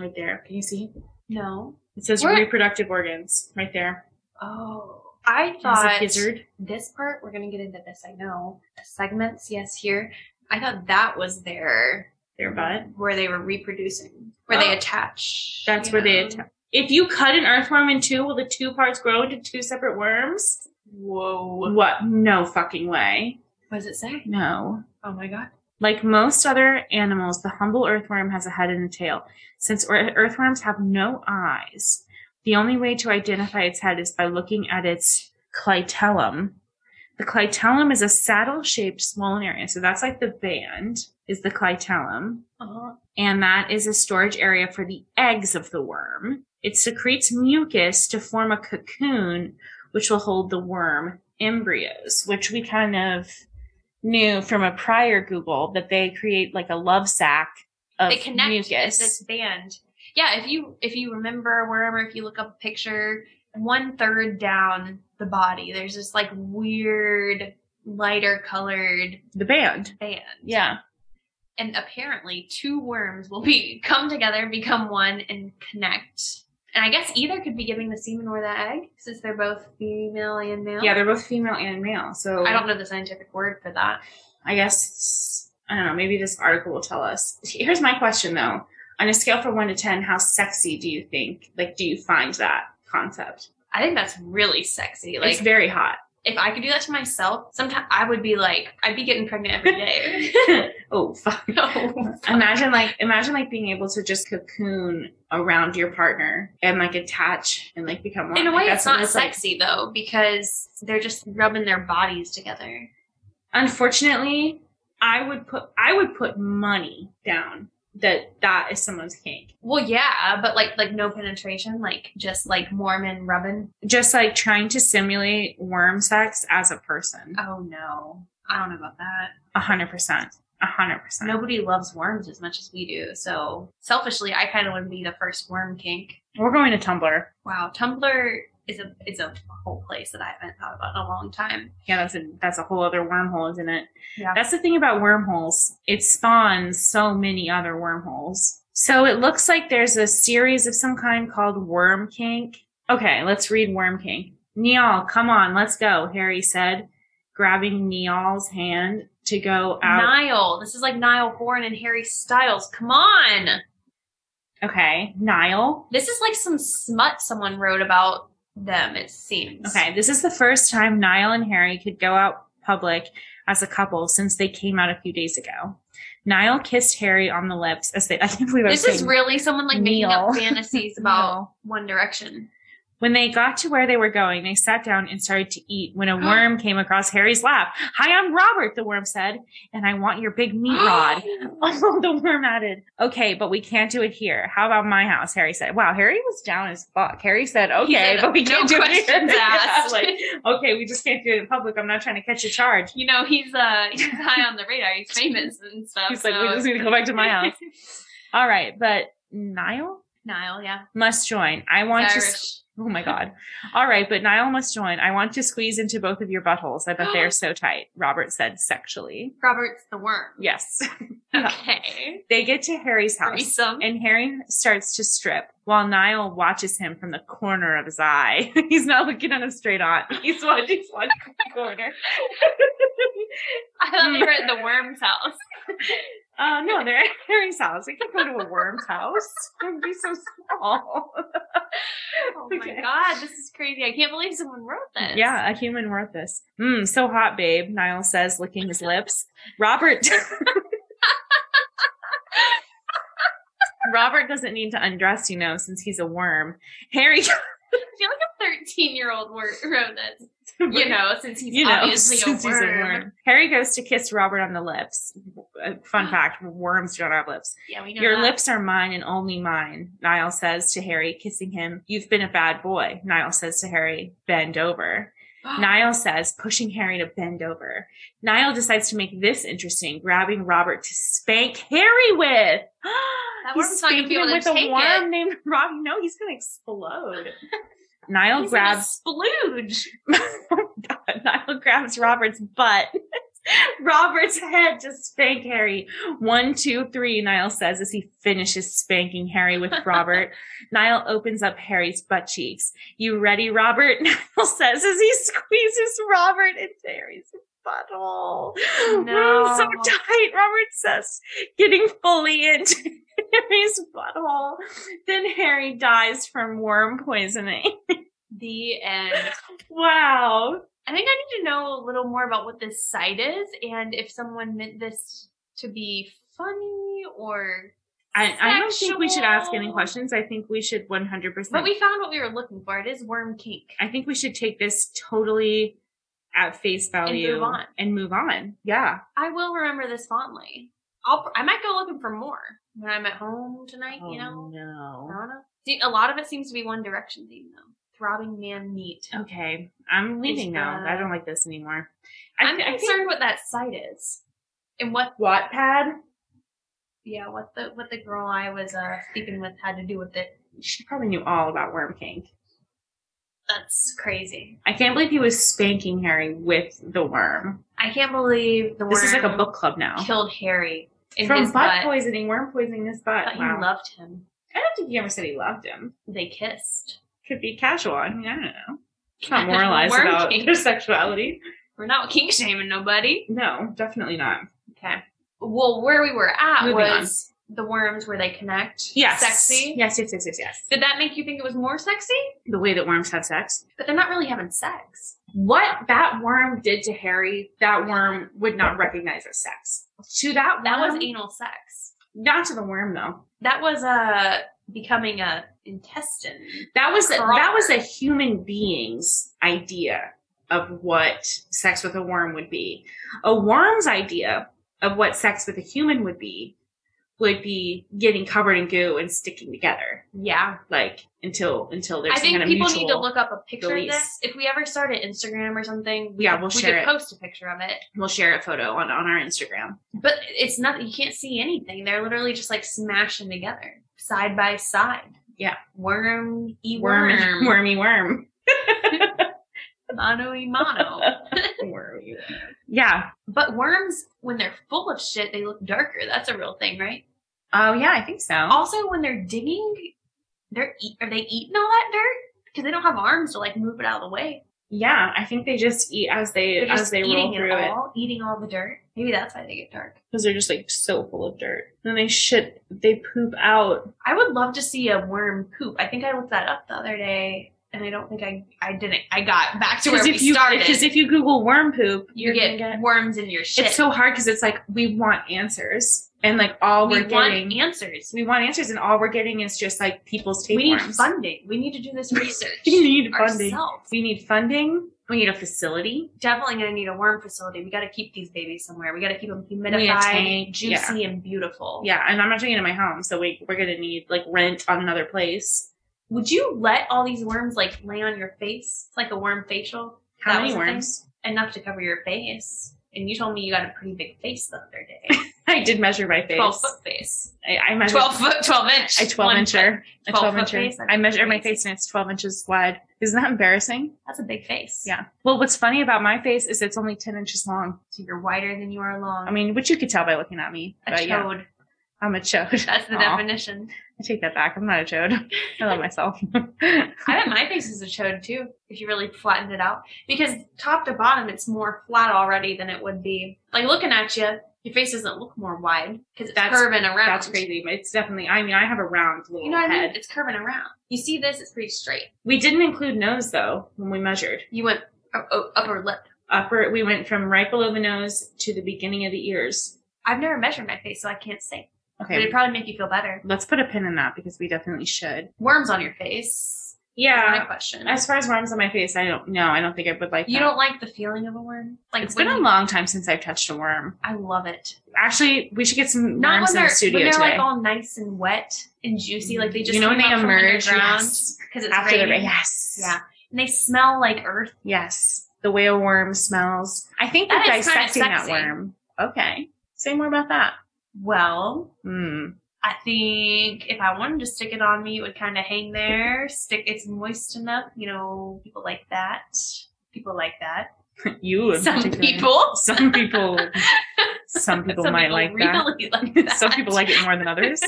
Speaker 2: right there. Can you see?
Speaker 1: No.
Speaker 2: It says
Speaker 1: Where-
Speaker 2: reproductive organs right there.
Speaker 1: Oh, I
Speaker 2: There's
Speaker 1: thought
Speaker 2: a gizzard.
Speaker 1: this part we're gonna get into this i know the segments yes here i thought that was their
Speaker 2: Their butt.
Speaker 1: where they were reproducing where they
Speaker 2: Oh.
Speaker 1: attach
Speaker 2: That's
Speaker 1: you
Speaker 2: where they
Speaker 1: know.
Speaker 2: atta- If you cut an earthworm in two, will the two parts grow into two separate worms?
Speaker 1: whoa
Speaker 2: What? No fucking way.
Speaker 1: what does it say
Speaker 2: No.
Speaker 1: oh my god
Speaker 2: Like most other animals, the humble earthworm has a head and a tail. Since ear- earthworms have no eyes, the only way to identify its head is by looking at its clitellum. The clitellum is a saddle-shaped swollen area. So that's like the band is the clitellum.
Speaker 1: uh
Speaker 2: and that is a storage area for the eggs of the worm. It secretes mucus to form a cocoon, which will hold the worm embryos, which we kind of knew from a prior Google that they create like a love sac of
Speaker 1: they connect
Speaker 2: mucus.
Speaker 1: this band yeah if you if you remember a worm or if you look up a picture one third down the body there's this like weird lighter colored
Speaker 2: the band.
Speaker 1: band
Speaker 2: Yeah.
Speaker 1: and apparently two worms will be come together, become one, and connect And I guess either could be giving the semen or the egg since they're both female and male.
Speaker 2: Yeah, they're both female and male. So
Speaker 1: I don't know the scientific word for that.
Speaker 2: I guess I don't know. Maybe this article will tell us. Here's my question though: on a scale from one to ten, how sexy do you think? Like, do you find that concept?
Speaker 1: I think that's really sexy. Like
Speaker 2: it's very hot.
Speaker 1: if I could do that to myself, sometimes I would be like, I'd be getting pregnant every day.
Speaker 2: oh fuck!
Speaker 1: No.
Speaker 2: Imagine like imagine like being able to just cocoon around your partner and like attach and like become one.
Speaker 1: In a
Speaker 2: Like,
Speaker 1: way,
Speaker 2: that's
Speaker 1: it's
Speaker 2: what
Speaker 1: not
Speaker 2: like.
Speaker 1: sexy though because they're just rubbing their bodies together.
Speaker 2: Unfortunately, I would put I would put money down that that is someone's kink.
Speaker 1: Well, yeah, but like like no penetration, like just like Mormon rubbing.
Speaker 2: Just like trying to simulate worm sex as a person,
Speaker 1: Oh no, I don't know about that.
Speaker 2: a hundred percent, a hundred percent.
Speaker 1: Nobody loves worms as much as we do, so selfishly, I kind of would be the first worm kink.
Speaker 2: We're going to Tumblr.
Speaker 1: Wow, Tumblr is a is a whole place that I haven't thought about in a long time.
Speaker 2: Yeah, that's a that's a whole other wormhole, isn't it?
Speaker 1: Yeah.
Speaker 2: That's the thing about wormholes. It spawns so many other wormholes. So it looks like there's a series of some kind called Worm Kink. Okay, let's read Worm Kink. Neal, come on, let's go, Harry said, grabbing Neal's hand to go out.
Speaker 1: Niall, this is like Niall Horan and Harry Styles. Come on.
Speaker 2: okay, Niall.
Speaker 1: This is like some smut someone wrote about them, it seems.
Speaker 2: Okay, this is the first time Niall and Harry could go out public as a couple since they came out a few days ago. Niall kissed Harry on the lips as they. I can't believe I'm
Speaker 1: This is
Speaker 2: saying-
Speaker 1: really someone like making
Speaker 2: Neil.
Speaker 1: up fantasies about One Direction.
Speaker 2: When they got to where they were going, they sat down and started to eat when a worm came across Harry's lap. Hi, I'm Robert, the worm said, and I want your big meat rod. the worm added, okay, but we can't do it here. How about my house? Harry said. Wow, Harry was down as fuck. Harry said, okay,
Speaker 1: said,
Speaker 2: but we
Speaker 1: "No
Speaker 2: can't do it here.
Speaker 1: questions asked.
Speaker 2: Yeah, like, okay, we just can't do it in public. I'm not trying to catch a charge.
Speaker 1: you know, he's uh he's high on the radar, he's famous and stuff.
Speaker 2: He's like,
Speaker 1: so-
Speaker 2: we just need to go back to my house. All right, but Niall
Speaker 1: Niall, yeah.
Speaker 2: must join. I want
Speaker 1: He's
Speaker 2: to.
Speaker 1: Irish.
Speaker 2: Oh my god. All right, but Niall must join. I want to squeeze into both of your buttholes. I bet they're so tight, Robert said sexually.
Speaker 1: Robert's the worm.
Speaker 2: Yes.
Speaker 1: Okay.
Speaker 2: They get to Harry's house.
Speaker 1: Threesome.
Speaker 2: And Harry starts to strip while Niall watches him from the corner of his eye. he's not looking at him straight on. He's watching he's watching the corner.
Speaker 1: I thought we were at the worm's house.
Speaker 2: Oh no, they're at Harry's house. We can go to a worm's house. It would be so small.
Speaker 1: Oh my
Speaker 2: Okay.
Speaker 1: god, this is crazy. I can't believe someone wrote this.
Speaker 2: Yeah, a human worth this. Mm, so hot, babe, Niall says, licking his lips. Robert Robert doesn't need to undress, you know, since he's a worm.
Speaker 1: I
Speaker 2: Harry
Speaker 1: feel like a 13 year old wrote this. You know, since he's
Speaker 2: you know,
Speaker 1: obviously
Speaker 2: since
Speaker 1: a,
Speaker 2: he's
Speaker 1: worm.
Speaker 2: Harry goes to kiss Robert on the lips. Uh, Fun fact, worms don't have lips.
Speaker 1: Yeah, we know.
Speaker 2: Your
Speaker 1: that.
Speaker 2: lips are mine and only mine, Niall says to Harry, kissing him. You've been a bad boy, Niall says to Harry. Bend over. Niall says, pushing Harry to bend over. Niall decides to make this interesting, grabbing Robert to spank Harry with.
Speaker 1: That worm's not gonna be able to
Speaker 2: with
Speaker 1: take
Speaker 2: a worm named Robbie. No, he's going to explode. Niall
Speaker 1: He's gonna
Speaker 2: grabs.
Speaker 1: splooge.
Speaker 2: God, Niall grabs Robert's butt. Robert's head to spank Harry. One, two, three, Niall says as he finishes spanking Harry with Robert. Niall opens up Harry's butt cheeks. You ready, Robert? Niall says as he squeezes Robert into Harry's butthole.
Speaker 1: No.
Speaker 2: so tight, Robert says, getting fully into Harry's butthole. Then Harry dies from worm poisoning.
Speaker 1: The end.
Speaker 2: Wow.
Speaker 1: I think I need to know a little more about what this site is and if someone meant this to be funny or.
Speaker 2: I, I don't think we should ask any
Speaker 1: sexual.
Speaker 2: questions. I think we should 100%.
Speaker 1: But we found what we were looking for. It is worm kink.
Speaker 2: I think we should take this totally at face value
Speaker 1: move on.
Speaker 2: and move on. Yeah.
Speaker 1: I will remember this fondly. I'll. I might go looking for more when I'm at home tonight. you know. I
Speaker 2: Oh, no.
Speaker 1: don't know. See, a lot of it seems to be One Direction theme though. Throbbing man meat.
Speaker 2: Okay. I'm leaving now.
Speaker 1: uh,
Speaker 2: I don't like this anymore. I,
Speaker 1: I'm
Speaker 2: am I think
Speaker 1: concerned what that site is, and what
Speaker 2: Wattpad,
Speaker 1: yeah what the what the girl I was uh, speaking with had to do with it.
Speaker 2: she probably knew all about Worm Kink.
Speaker 1: That's crazy.
Speaker 2: I can't believe he was spanking Harry with the worm.
Speaker 1: I can't believe the
Speaker 2: This is like a
Speaker 1: worm
Speaker 2: book club now.
Speaker 1: killed Harry in
Speaker 2: From
Speaker 1: his
Speaker 2: butt
Speaker 1: butt.
Speaker 2: poisoning, worm poisoning his butt.
Speaker 1: But
Speaker 2: Wow.
Speaker 1: you loved him.
Speaker 2: I don't think he ever said he loved him.
Speaker 1: They kissed.
Speaker 2: Could be casual. I mean, I don't know. It's not moralized about
Speaker 1: Working.
Speaker 2: their sexuality.
Speaker 1: We're not kink shaming nobody.
Speaker 2: No, definitely not.
Speaker 1: Okay. Well, where we were at
Speaker 2: Moving
Speaker 1: was the worms where they connect.
Speaker 2: Yes.
Speaker 1: Sexy.
Speaker 2: Yes, yes, yes, yes, yes.
Speaker 1: Did that make you think it was more sexy?
Speaker 2: The way that worms have sex.
Speaker 1: But they're not really having sex.
Speaker 2: What that worm did to Harry, that worm would not recognize as sex. To that worm,
Speaker 1: That was anal sex.
Speaker 2: not to the worm though.
Speaker 1: That was uh becoming a intestine.
Speaker 2: That was that
Speaker 1: Correct.
Speaker 2: was a human being's idea of what sex with a worm would be. A worm's idea of what sex with a human would be would be getting covered in goo and sticking together,
Speaker 1: Yeah.
Speaker 2: like until until there's
Speaker 1: I think
Speaker 2: some kind of
Speaker 1: people
Speaker 2: mutual.
Speaker 1: need to look up a picture
Speaker 2: release.
Speaker 1: of this. If we ever start an Instagram or something, we
Speaker 2: Yeah,
Speaker 1: could,
Speaker 2: we'll
Speaker 1: we
Speaker 2: share
Speaker 1: could
Speaker 2: it.
Speaker 1: post a picture of it.
Speaker 2: We'll share a photo on on our Instagram.
Speaker 1: But it's not you can't see anything. They're literally just like smashing together, side by side.
Speaker 2: Yeah.
Speaker 1: Worm e
Speaker 2: Worm,
Speaker 1: worm.
Speaker 2: wormy worm.
Speaker 1: Mono e mono.
Speaker 2: Wormy worm. Yeah,
Speaker 1: But worms, when they're full of shit, they look darker. That's a real thing, right?
Speaker 2: Oh yeah, I think so.
Speaker 1: Also, when they're digging, they're eat- are they eating all that dirt? Because they don't have arms to like move it out of the way.
Speaker 2: yeah, I think they just eat as they
Speaker 1: They're
Speaker 2: as
Speaker 1: just
Speaker 2: they roll
Speaker 1: eating it
Speaker 2: through it
Speaker 1: all, eating all the dirt. Maybe that's why they get dark.
Speaker 2: because they're just like so full of dirt. Then they shit, they poop out.
Speaker 1: I would love to see a worm poop. I think I looked that up the other day, and I don't think I I didn't. I got back to where
Speaker 2: Because
Speaker 1: we
Speaker 2: if you
Speaker 1: started.
Speaker 2: because if you Google worm poop,
Speaker 1: you
Speaker 2: gonna
Speaker 1: get, worms in your shit.
Speaker 2: it's so hard because it's like we want answers and like all
Speaker 1: we
Speaker 2: are
Speaker 1: want
Speaker 2: getting
Speaker 1: answers.
Speaker 2: we want answers and all we're getting is just like people's
Speaker 1: We need
Speaker 2: tapeworms.
Speaker 1: funding. We need to do this research
Speaker 2: We need funding.
Speaker 1: ourselves.
Speaker 2: We need funding. We need a facility.
Speaker 1: Definitely gonna need a worm facility. We got to keep these babies somewhere. We got to keep them
Speaker 2: need a
Speaker 1: humidified,
Speaker 2: tank,
Speaker 1: juicy, and beautiful.
Speaker 2: Yeah, and I'm not doing it in my home, so we we're gonna need like rent on another place.
Speaker 1: Would you let all these worms like lay on your face, like a worm facial?
Speaker 2: How
Speaker 1: That was
Speaker 2: many
Speaker 1: a thing?
Speaker 2: worms?
Speaker 1: Enough to cover your face. And you told me you got a pretty big face the other day.
Speaker 2: I did measure my face.
Speaker 1: Twelve foot face.
Speaker 2: I, I measured
Speaker 1: Twelve foot, twelve inch.
Speaker 2: a 12
Speaker 1: One foot.
Speaker 2: incher. A
Speaker 1: 12
Speaker 2: 12
Speaker 1: foot
Speaker 2: incher.
Speaker 1: face, I
Speaker 2: I measure my
Speaker 1: face.
Speaker 2: face and it's 12 inches wide. Isn't that embarrassing?
Speaker 1: That's a big face.
Speaker 2: Yeah. Well, what's funny about my face is it's only 10 inches long.
Speaker 1: So you're wider than you are long.
Speaker 2: I mean, which you could tell by looking at me.
Speaker 1: a
Speaker 2: but
Speaker 1: toad.
Speaker 2: yeah, I'm a chode.
Speaker 1: That's the
Speaker 2: Aw,
Speaker 1: definition.
Speaker 2: I take that back. I'm not a chode. I love myself.
Speaker 1: I bet my face is a toad too, if you really flattened it out. Because top to bottom, it's more flat already than it would be. Like looking at you, your face doesn't look more wide because it's
Speaker 2: That's-
Speaker 1: curving around.
Speaker 2: That's crazy. but It's definitely, I mean, I have a round little
Speaker 1: You know what
Speaker 2: head.
Speaker 1: I mean? It's curving around. You see this, it's pretty straight.
Speaker 2: We didn't include nose though when we measured.
Speaker 1: You went oh, oh, upper lip.
Speaker 2: Upper, we went from right below the nose to the beginning of the ears.
Speaker 1: I've never measured my face, so I can't say. But
Speaker 2: Okay.
Speaker 1: it'd probably make you feel better.
Speaker 2: Let's put a pin in that because we definitely should.
Speaker 1: Worms on your face.
Speaker 2: Yeah.
Speaker 1: That's my question.
Speaker 2: As far as worms on my face, I don't know. I don't think I would like.
Speaker 1: you
Speaker 2: that.
Speaker 1: don't like the feeling of a worm? Like
Speaker 2: It's
Speaker 1: when
Speaker 2: been a
Speaker 1: you-
Speaker 2: long time since I've touched a worm.
Speaker 1: I love it.
Speaker 2: Actually, we should get some
Speaker 1: Not
Speaker 2: worms
Speaker 1: when
Speaker 2: in
Speaker 1: they're
Speaker 2: the studio
Speaker 1: when they're
Speaker 2: today.
Speaker 1: like all nice and wet and juicy, like they just
Speaker 2: you know
Speaker 1: came
Speaker 2: when they
Speaker 1: up from
Speaker 2: emerge
Speaker 1: underground
Speaker 2: yes.
Speaker 1: 'cause it's
Speaker 2: after the rain.
Speaker 1: raining.
Speaker 2: Yes.
Speaker 1: Yeah, and they smell like earth.
Speaker 2: Yes. The way a worm smells. I think that
Speaker 1: That is kinda
Speaker 2: dissecting that
Speaker 1: sexy.
Speaker 2: worm. Okay. Say more about that.
Speaker 1: Well,
Speaker 2: Hmm.
Speaker 1: I think if I wanted to stick it on me, it would kind of hang there. Stick, it's moist enough. You know, people like that. People like that.
Speaker 2: You in
Speaker 1: Some
Speaker 2: particular.
Speaker 1: people.
Speaker 2: Some people. Some people
Speaker 1: Some
Speaker 2: might
Speaker 1: people
Speaker 2: like that.
Speaker 1: really Like that.
Speaker 2: Some people like it more than others.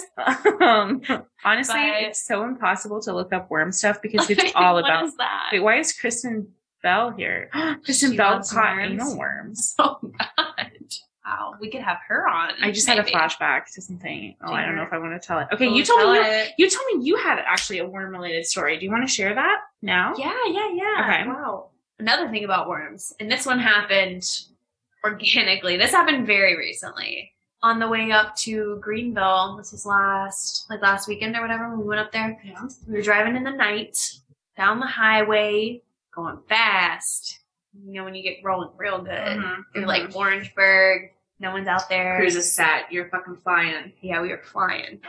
Speaker 2: um, honestly,
Speaker 1: But-
Speaker 2: it's so impossible to look up worm stuff because it's
Speaker 1: Like,
Speaker 2: all
Speaker 1: what
Speaker 2: about
Speaker 1: is that?
Speaker 2: Wait, why is Kristen Bell here? Kristen
Speaker 1: She
Speaker 2: Bell
Speaker 1: loves
Speaker 2: caught
Speaker 1: worms.
Speaker 2: anal worms.
Speaker 1: Oh God! Wow, we could have her on.
Speaker 2: I just had a
Speaker 1: maybe.
Speaker 2: flashback to something. Oh, I don't know if I want to tell it. Okay,
Speaker 1: Don't
Speaker 2: you told
Speaker 1: tell
Speaker 2: me you,
Speaker 1: it.
Speaker 2: you told me you had actually a worm related story. Do you want to share that now?
Speaker 1: Yeah, yeah, yeah.
Speaker 2: Oh. Okay.
Speaker 1: Wow. Another thing about worms, and this one happened organically. This happened very recently. On the way up to Greenville, this was last like last weekend or whatever when we went up there.
Speaker 2: Yeah.
Speaker 1: We were driving in the night down the highway, going fast. You know when you get rolling real good.
Speaker 2: Mm-hmm.
Speaker 1: You're like Orangeburg, no one's out there.
Speaker 2: is set. You're fucking flying.
Speaker 1: Yeah, we were flying,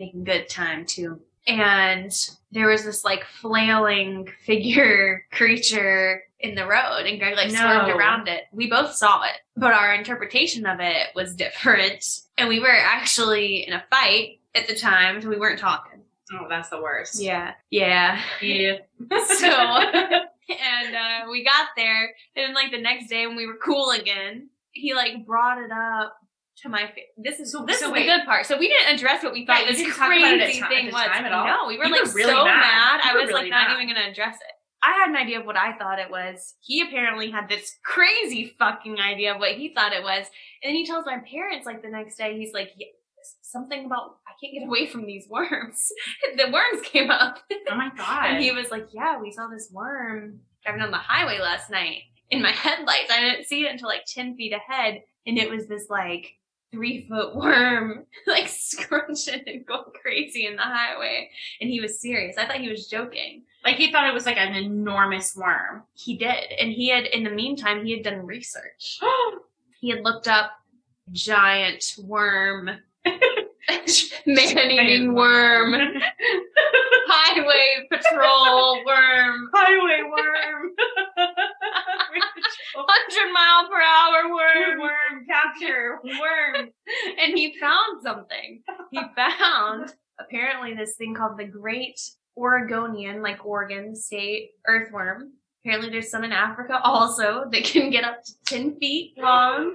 Speaker 1: making good time too. And there was this like flailing figure creature in the road, and Greg like
Speaker 2: No.
Speaker 1: swerved around it. We both saw it, but our interpretation of it was different. And we were actually in a fight at the time, so we weren't talking.
Speaker 2: Oh, that's the worst. Oh
Speaker 1: Yeah, yeah.
Speaker 2: Yeah.
Speaker 1: So- and uh, we got there, and then like the next day when we were cool again, he like brought it up to my fa- this is
Speaker 2: So-
Speaker 1: this
Speaker 2: so
Speaker 1: is
Speaker 2: wait.
Speaker 1: the good part. So we didn't address what we thought
Speaker 2: Right, we
Speaker 1: this
Speaker 2: didn't talk about it at
Speaker 1: crazy
Speaker 2: ti- at
Speaker 1: thing
Speaker 2: the
Speaker 1: was.
Speaker 2: time at all.
Speaker 1: No, we were
Speaker 2: You
Speaker 1: like
Speaker 2: were really
Speaker 1: so
Speaker 2: mad.
Speaker 1: mad.
Speaker 2: You
Speaker 1: I
Speaker 2: were
Speaker 1: was
Speaker 2: really
Speaker 1: like not
Speaker 2: mad.
Speaker 1: even going to address it. I had an idea of what I thought it was. He apparently had this crazy fucking idea of what he thought it was, and then he tells my parents like the next day. He's like. "Yeah, Something about I can't get away from these worms. the worms came up.
Speaker 2: Oh my god.
Speaker 1: And he was like, Yeah, we saw this worm driving on the highway last night in my headlights. I didn't see it until like 10 feet ahead. And it was this like three foot worm, like scrunching and going crazy in the highway. And he was serious. I thought he was joking.
Speaker 2: like he thought it was like an enormous worm.
Speaker 1: He did. And he had, in the meantime, he had done research. He had looked up giant worm, man eating worm, highway patrol worm.
Speaker 2: Highway worm.
Speaker 1: 100 mile per hour
Speaker 2: Good
Speaker 1: worm,
Speaker 2: worm capture.
Speaker 1: worm. And he found something. He found apparently this thing called the Great Oregonian, like Oregon State earthworm. Apparently, there's some in Africa also that can get up to 10 feet long.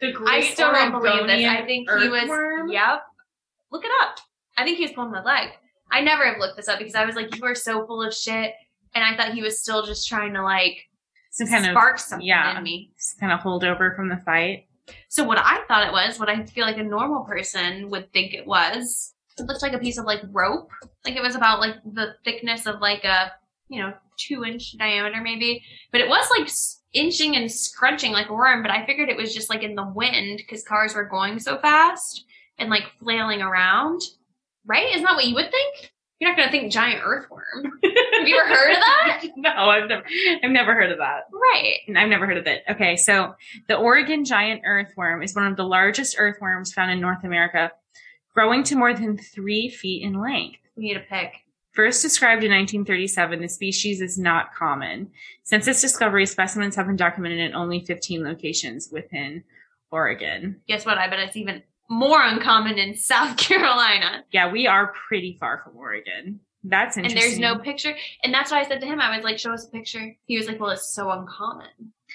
Speaker 2: The great
Speaker 1: I still don't believe this. I
Speaker 2: Oregonian
Speaker 1: think he was.
Speaker 2: earthworm?
Speaker 1: Yep. Look it up. I think he was pulling my leg. I never have looked this up because I was like, you are so full of shit. And I thought he was still just trying to like
Speaker 2: some kind of
Speaker 1: spark something
Speaker 2: yeah.
Speaker 1: in me.
Speaker 2: some kind of holdover from the fight.
Speaker 1: So what I thought it was, what I feel like a normal person would think it was, it looked like a piece of like rope. Like it was about like the thickness of like a, you know, two inch diameter maybe. But it was like s- inching and scrunching like a worm, but I figured it was just like in the wind because cars were going so fast and like flailing around. Right? Isn't that what you would think? You're not gonna think giant earthworm. Have you ever heard of that?
Speaker 2: no, I've never I've never heard of that.
Speaker 1: Right.
Speaker 2: And I've never heard of it. Okay, so the Oregon giant earthworm is one of the largest earthworms found in North America, growing to more than three feet in length.
Speaker 1: We need a pick.
Speaker 2: First described in 1937, the species is not common. Since its discovery, specimens have been documented in only 15 locations within Oregon.
Speaker 1: Guess what? I bet it's even more uncommon in South Carolina.
Speaker 2: Yeah, we are pretty far from Oregon. That's
Speaker 1: and there's
Speaker 2: interesting.
Speaker 1: no picture. And that's why I said to him, I was like, show us a picture. He was like, well, it's so uncommon.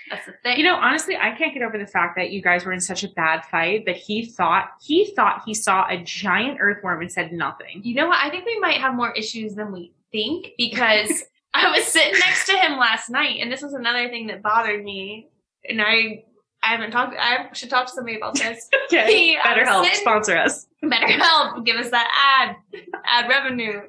Speaker 1: That's the thing.
Speaker 2: You know, honestly, I can't get over the fact that you guys were in such a bad fight that he thought he thought he saw a giant earthworm and said nothing.
Speaker 1: you know what? I think we might have more issues than we think because I was sitting next to him last night, and this was another thing that bothered me. And I, I haven't talked. I should talk to somebody about this. He- I
Speaker 2: better
Speaker 1: was
Speaker 2: help
Speaker 1: sitting-
Speaker 2: sponsor us.
Speaker 1: Better help. Give us that ad, ad revenue,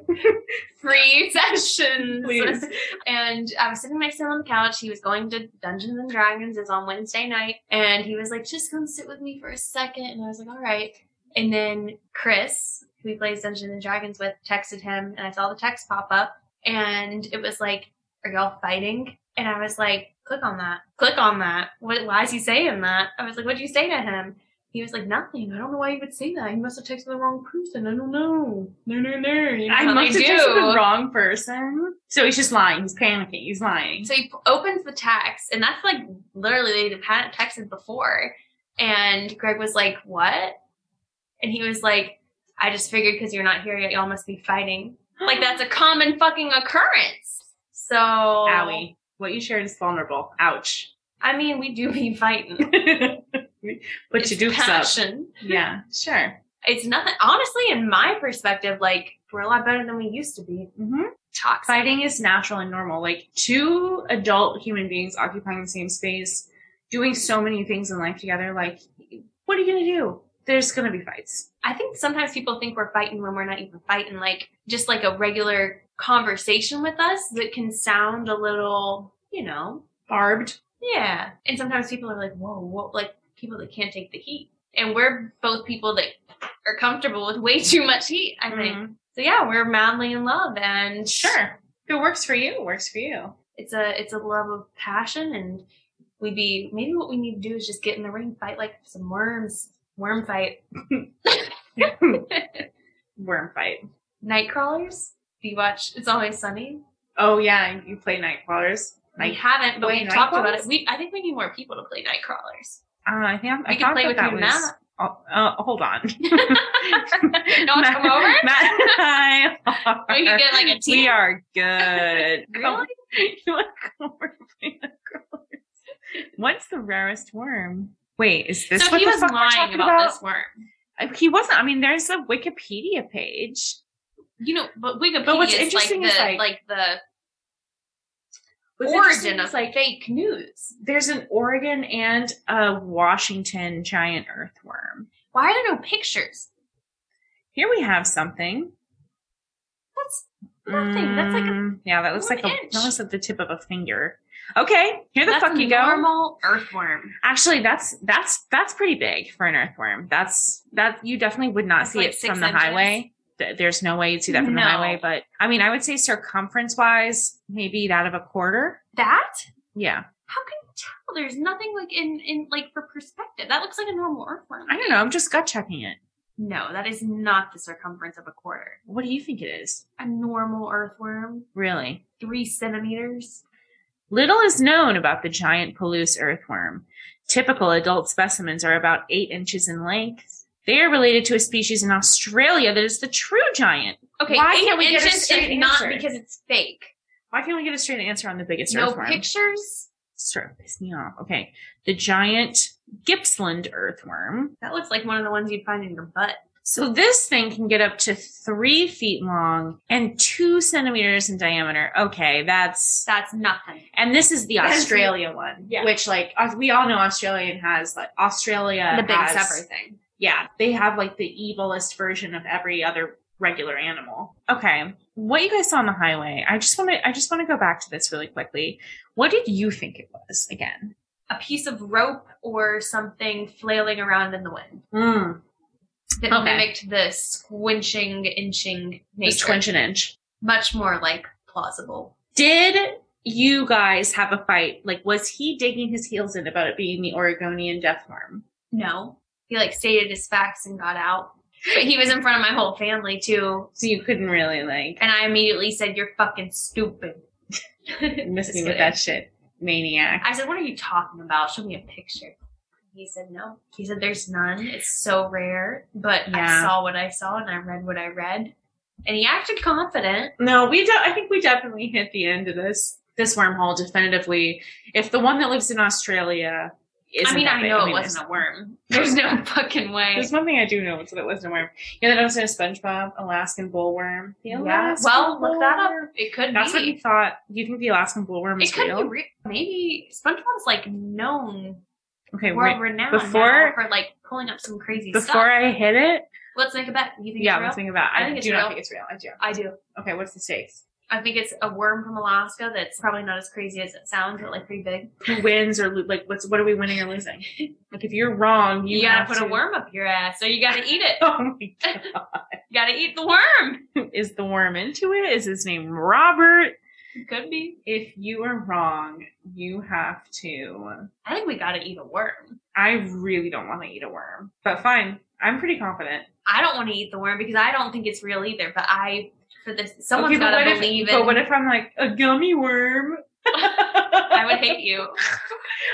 Speaker 1: free sessions.
Speaker 2: Please.
Speaker 1: And I was sitting next to him on the couch. He was going to Dungeons and Dragons. It's on Wednesday night. And he was like, just come sit with me for a second. And I was like, all right. And then Chris, who he plays Dungeons and Dragons with, texted him. And I saw the text pop up. And it was like, are y'all fighting? And I was like, click on that. Click on that. What, why is he saying that? I was like, what'd you say to him? He was like, nothing. I don't know why you would say that. You must have texted the wrong person. I don't know. No, no, no. You know
Speaker 2: I
Speaker 1: how
Speaker 2: must
Speaker 1: they
Speaker 2: have texted
Speaker 1: do.
Speaker 2: the wrong person. So he's just lying. He's panicking. He's lying.
Speaker 1: So he p- opens the text, and that's like literally they hadn't texted before. And Greg was like, "What?" And he was like, "I just figured because you're not here yet, y'all must be fighting. Like that's a common fucking occurrence." So,
Speaker 2: Owie. What you shared is vulnerable. Ouch.
Speaker 1: I mean, we do be fighting.
Speaker 2: but
Speaker 1: It's
Speaker 2: you do up.
Speaker 1: passion.
Speaker 2: Yeah, sure.
Speaker 1: It's nothing. Honestly, in my perspective, like we're a lot better than we used to be.
Speaker 2: hmm
Speaker 1: Toxic.
Speaker 2: Fighting is natural and normal. Like two adult human beings occupying the same space, doing so many things in life together. Like, what are you gonna do? There's gonna be fights.
Speaker 1: I think sometimes people think we're fighting when we're not even fighting. Like just like a regular conversation with us that can sound a little, you know,
Speaker 2: Barbed.
Speaker 1: yeah. And sometimes people are like, whoa, whoa, like people that can't take the heat. And we're both people that are comfortable with way too much heat. I think.
Speaker 2: Mhm.
Speaker 1: So yeah, we're madly in love, and
Speaker 2: Sure. If it works for you, it works for you.
Speaker 1: it's a it's a love of passion, and we be maybe what we need to do is just get in the ring, fight like some worms, worm fight,
Speaker 2: Worm fight.
Speaker 1: night crawlers. Do you watch? It's always sunny.
Speaker 2: Oh yeah, you play night crawlers.
Speaker 1: We
Speaker 2: Like,
Speaker 1: haven't, but
Speaker 2: Wait,
Speaker 1: we talked
Speaker 2: Nightcrawlers?
Speaker 1: about it. We, I think we need more people to play Nightcrawlers.
Speaker 2: uh, I think I'm, I
Speaker 1: We
Speaker 2: thought
Speaker 1: can play
Speaker 2: that
Speaker 1: with Mm-hmm. you,
Speaker 2: that was-
Speaker 1: Matt.
Speaker 2: Oh, uh, hold on.
Speaker 1: No one's come over.
Speaker 2: Matt and I are,
Speaker 1: We can get like a team.
Speaker 2: we are good.
Speaker 1: Really?
Speaker 2: Come- you want to come over and play the crawlers? What's the rarest worm? Wait, is this
Speaker 1: So
Speaker 2: what
Speaker 1: he
Speaker 2: the
Speaker 1: was
Speaker 2: fuck we're
Speaker 1: lying
Speaker 2: talking
Speaker 1: about,
Speaker 2: about?
Speaker 1: this worm.
Speaker 2: Uh, He wasn't. I mean, there's a Wikipedia page.
Speaker 1: You know, but Wikipedia
Speaker 2: But what's
Speaker 1: is
Speaker 2: interesting
Speaker 1: like
Speaker 2: is,
Speaker 1: the
Speaker 2: like-
Speaker 1: like the
Speaker 2: What's interesting
Speaker 1: origin
Speaker 2: is,
Speaker 1: of like fake news.
Speaker 2: there's an Oregon and a Washington giant earthworm.
Speaker 1: Why are there no pictures?
Speaker 2: Here we have something.
Speaker 1: That's nothing. That's like a,
Speaker 2: Mm, yeah, that looks
Speaker 1: one
Speaker 2: like a,
Speaker 1: inch.
Speaker 2: that looks like the tip of a finger. Okay, here the
Speaker 1: that's
Speaker 2: fuck you go.
Speaker 1: normal earthworm.
Speaker 2: Actually, that's that's that's pretty big for an earthworm. That's that you definitely would not
Speaker 1: That's
Speaker 2: see
Speaker 1: like
Speaker 2: it
Speaker 1: six
Speaker 2: from the
Speaker 1: inches.
Speaker 2: highway. Th- There's no way you'd see that from
Speaker 1: No.
Speaker 2: the highway. But I mean, I would say circumference wise, maybe that of a quarter.
Speaker 1: That?
Speaker 2: Yeah,
Speaker 1: How can you tell? There's nothing like in in like for perspective. That looks like a normal earthworm.
Speaker 2: I don't know. I'm just gut checking it.
Speaker 1: No, that is not the circumference of a quarter.
Speaker 2: What do you think it is?
Speaker 1: A normal earthworm,
Speaker 2: Really?
Speaker 1: three centimeters.
Speaker 2: Little is known about the giant Palouse earthworm. Typical adult specimens are about eight inches in length. They are related to a species in Australia that is the true giant.
Speaker 1: Okay,
Speaker 2: Why
Speaker 1: eight
Speaker 2: can't we get a
Speaker 1: inches is
Speaker 2: straight
Speaker 1: not
Speaker 2: answer?
Speaker 1: because it's fake.
Speaker 2: Why can't we get a straight answer on the biggest
Speaker 1: no
Speaker 2: earthworm?
Speaker 1: pictures.
Speaker 2: Sort of piss me off. Okay, the giant Gippsland earthworm.
Speaker 1: That looks like one of the ones you'd find in your butt.
Speaker 2: So this thing can get up to three feet long and two centimeters in diameter. Okay, that's
Speaker 1: That's nothing.
Speaker 2: and this is the
Speaker 1: That's-
Speaker 2: Australia one,
Speaker 1: Yeah.
Speaker 2: which like us- we all know Australian has like Australia
Speaker 1: the biggest
Speaker 2: has-
Speaker 1: everything.
Speaker 2: yeah, they have like the evilest version of every other regular animal. Okay. What you guys saw on the highway, I just want to I just want to go back to this really quickly. What did you think it was again?
Speaker 1: A piece of rope or something flailing around in the wind that
Speaker 2: Okay.
Speaker 1: mimicked the squinching, inching
Speaker 2: The
Speaker 1: nature.
Speaker 2: squinch an inch.
Speaker 1: Much more like plausible.
Speaker 2: Did you guys have a fight? Like was he digging his heels in about it being the Oregonian death worm?
Speaker 1: No, he like stated his facts and got out. But he was in front of my whole family too,
Speaker 2: So you couldn't really like
Speaker 1: and I immediately said, "You're fucking stupid." Just
Speaker 2: miss me with
Speaker 1: kidding.
Speaker 2: that shit. Maniac.
Speaker 1: I said, "What are you talking about? Show me a picture." He said, "No." He said, "There's none. It's so rare." But
Speaker 2: Yeah.
Speaker 1: I saw what I saw, and I read what I read, and he acted confident.
Speaker 2: No, we. De- I think we definitely hit the end of this this wormhole definitively. If the one that lives in Australia, isn't
Speaker 1: I mean,
Speaker 2: that
Speaker 1: I
Speaker 2: big-
Speaker 1: know it
Speaker 2: there's-
Speaker 1: wasn't a worm. There's no fucking way.
Speaker 2: There's one thing I do know, it's that it wasn't a worm. Yeah, that I was in a SpongeBob, Alaskan bullworm. The
Speaker 1: Yeah.
Speaker 2: Alaskan
Speaker 1: Well, look that
Speaker 2: bullworm.
Speaker 1: up. It could
Speaker 2: That's what you
Speaker 1: be.
Speaker 2: thought. You think the Alaskan bullworm
Speaker 1: It
Speaker 2: is
Speaker 1: could
Speaker 2: real?
Speaker 1: be real. Maybe SpongeBob's like known
Speaker 2: okay,
Speaker 1: world
Speaker 2: wait,
Speaker 1: renowned
Speaker 2: before-
Speaker 1: now for like pulling up some crazy
Speaker 2: before
Speaker 1: stuff.
Speaker 2: I hit it,
Speaker 1: let's make a bet. You think
Speaker 2: yeah,
Speaker 1: it's real?
Speaker 2: let's think about.
Speaker 1: I
Speaker 2: I,
Speaker 1: think it's
Speaker 2: do not
Speaker 1: real.
Speaker 2: think it's real. I do.
Speaker 1: I do.
Speaker 2: Okay, what's the stakes?
Speaker 1: I think it's a worm from Alaska that's probably not as crazy as it sounds, but like pretty big.
Speaker 2: Who wins or lo- like? What's what are we winning or losing? Like, if you're wrong, you,
Speaker 1: You, gotta
Speaker 2: have
Speaker 1: put
Speaker 2: to-
Speaker 1: a worm up your ass, so you gotta eat it.
Speaker 2: Oh my god.
Speaker 1: You gotta eat the worm.
Speaker 2: is the worm into it? Is his name Robert?
Speaker 1: Could be.
Speaker 2: If you are wrong, you have to.
Speaker 1: I think we gotta eat a worm.
Speaker 2: I really don't want to eat a worm, but fine. I'm pretty confident.
Speaker 1: I don't want to eat the worm because I don't think it's real either. But I, for this, someone's
Speaker 2: Okay, but
Speaker 1: gotta
Speaker 2: what if-
Speaker 1: believe
Speaker 2: But
Speaker 1: in.
Speaker 2: what if I'm like a gummy worm?
Speaker 1: I would hate you.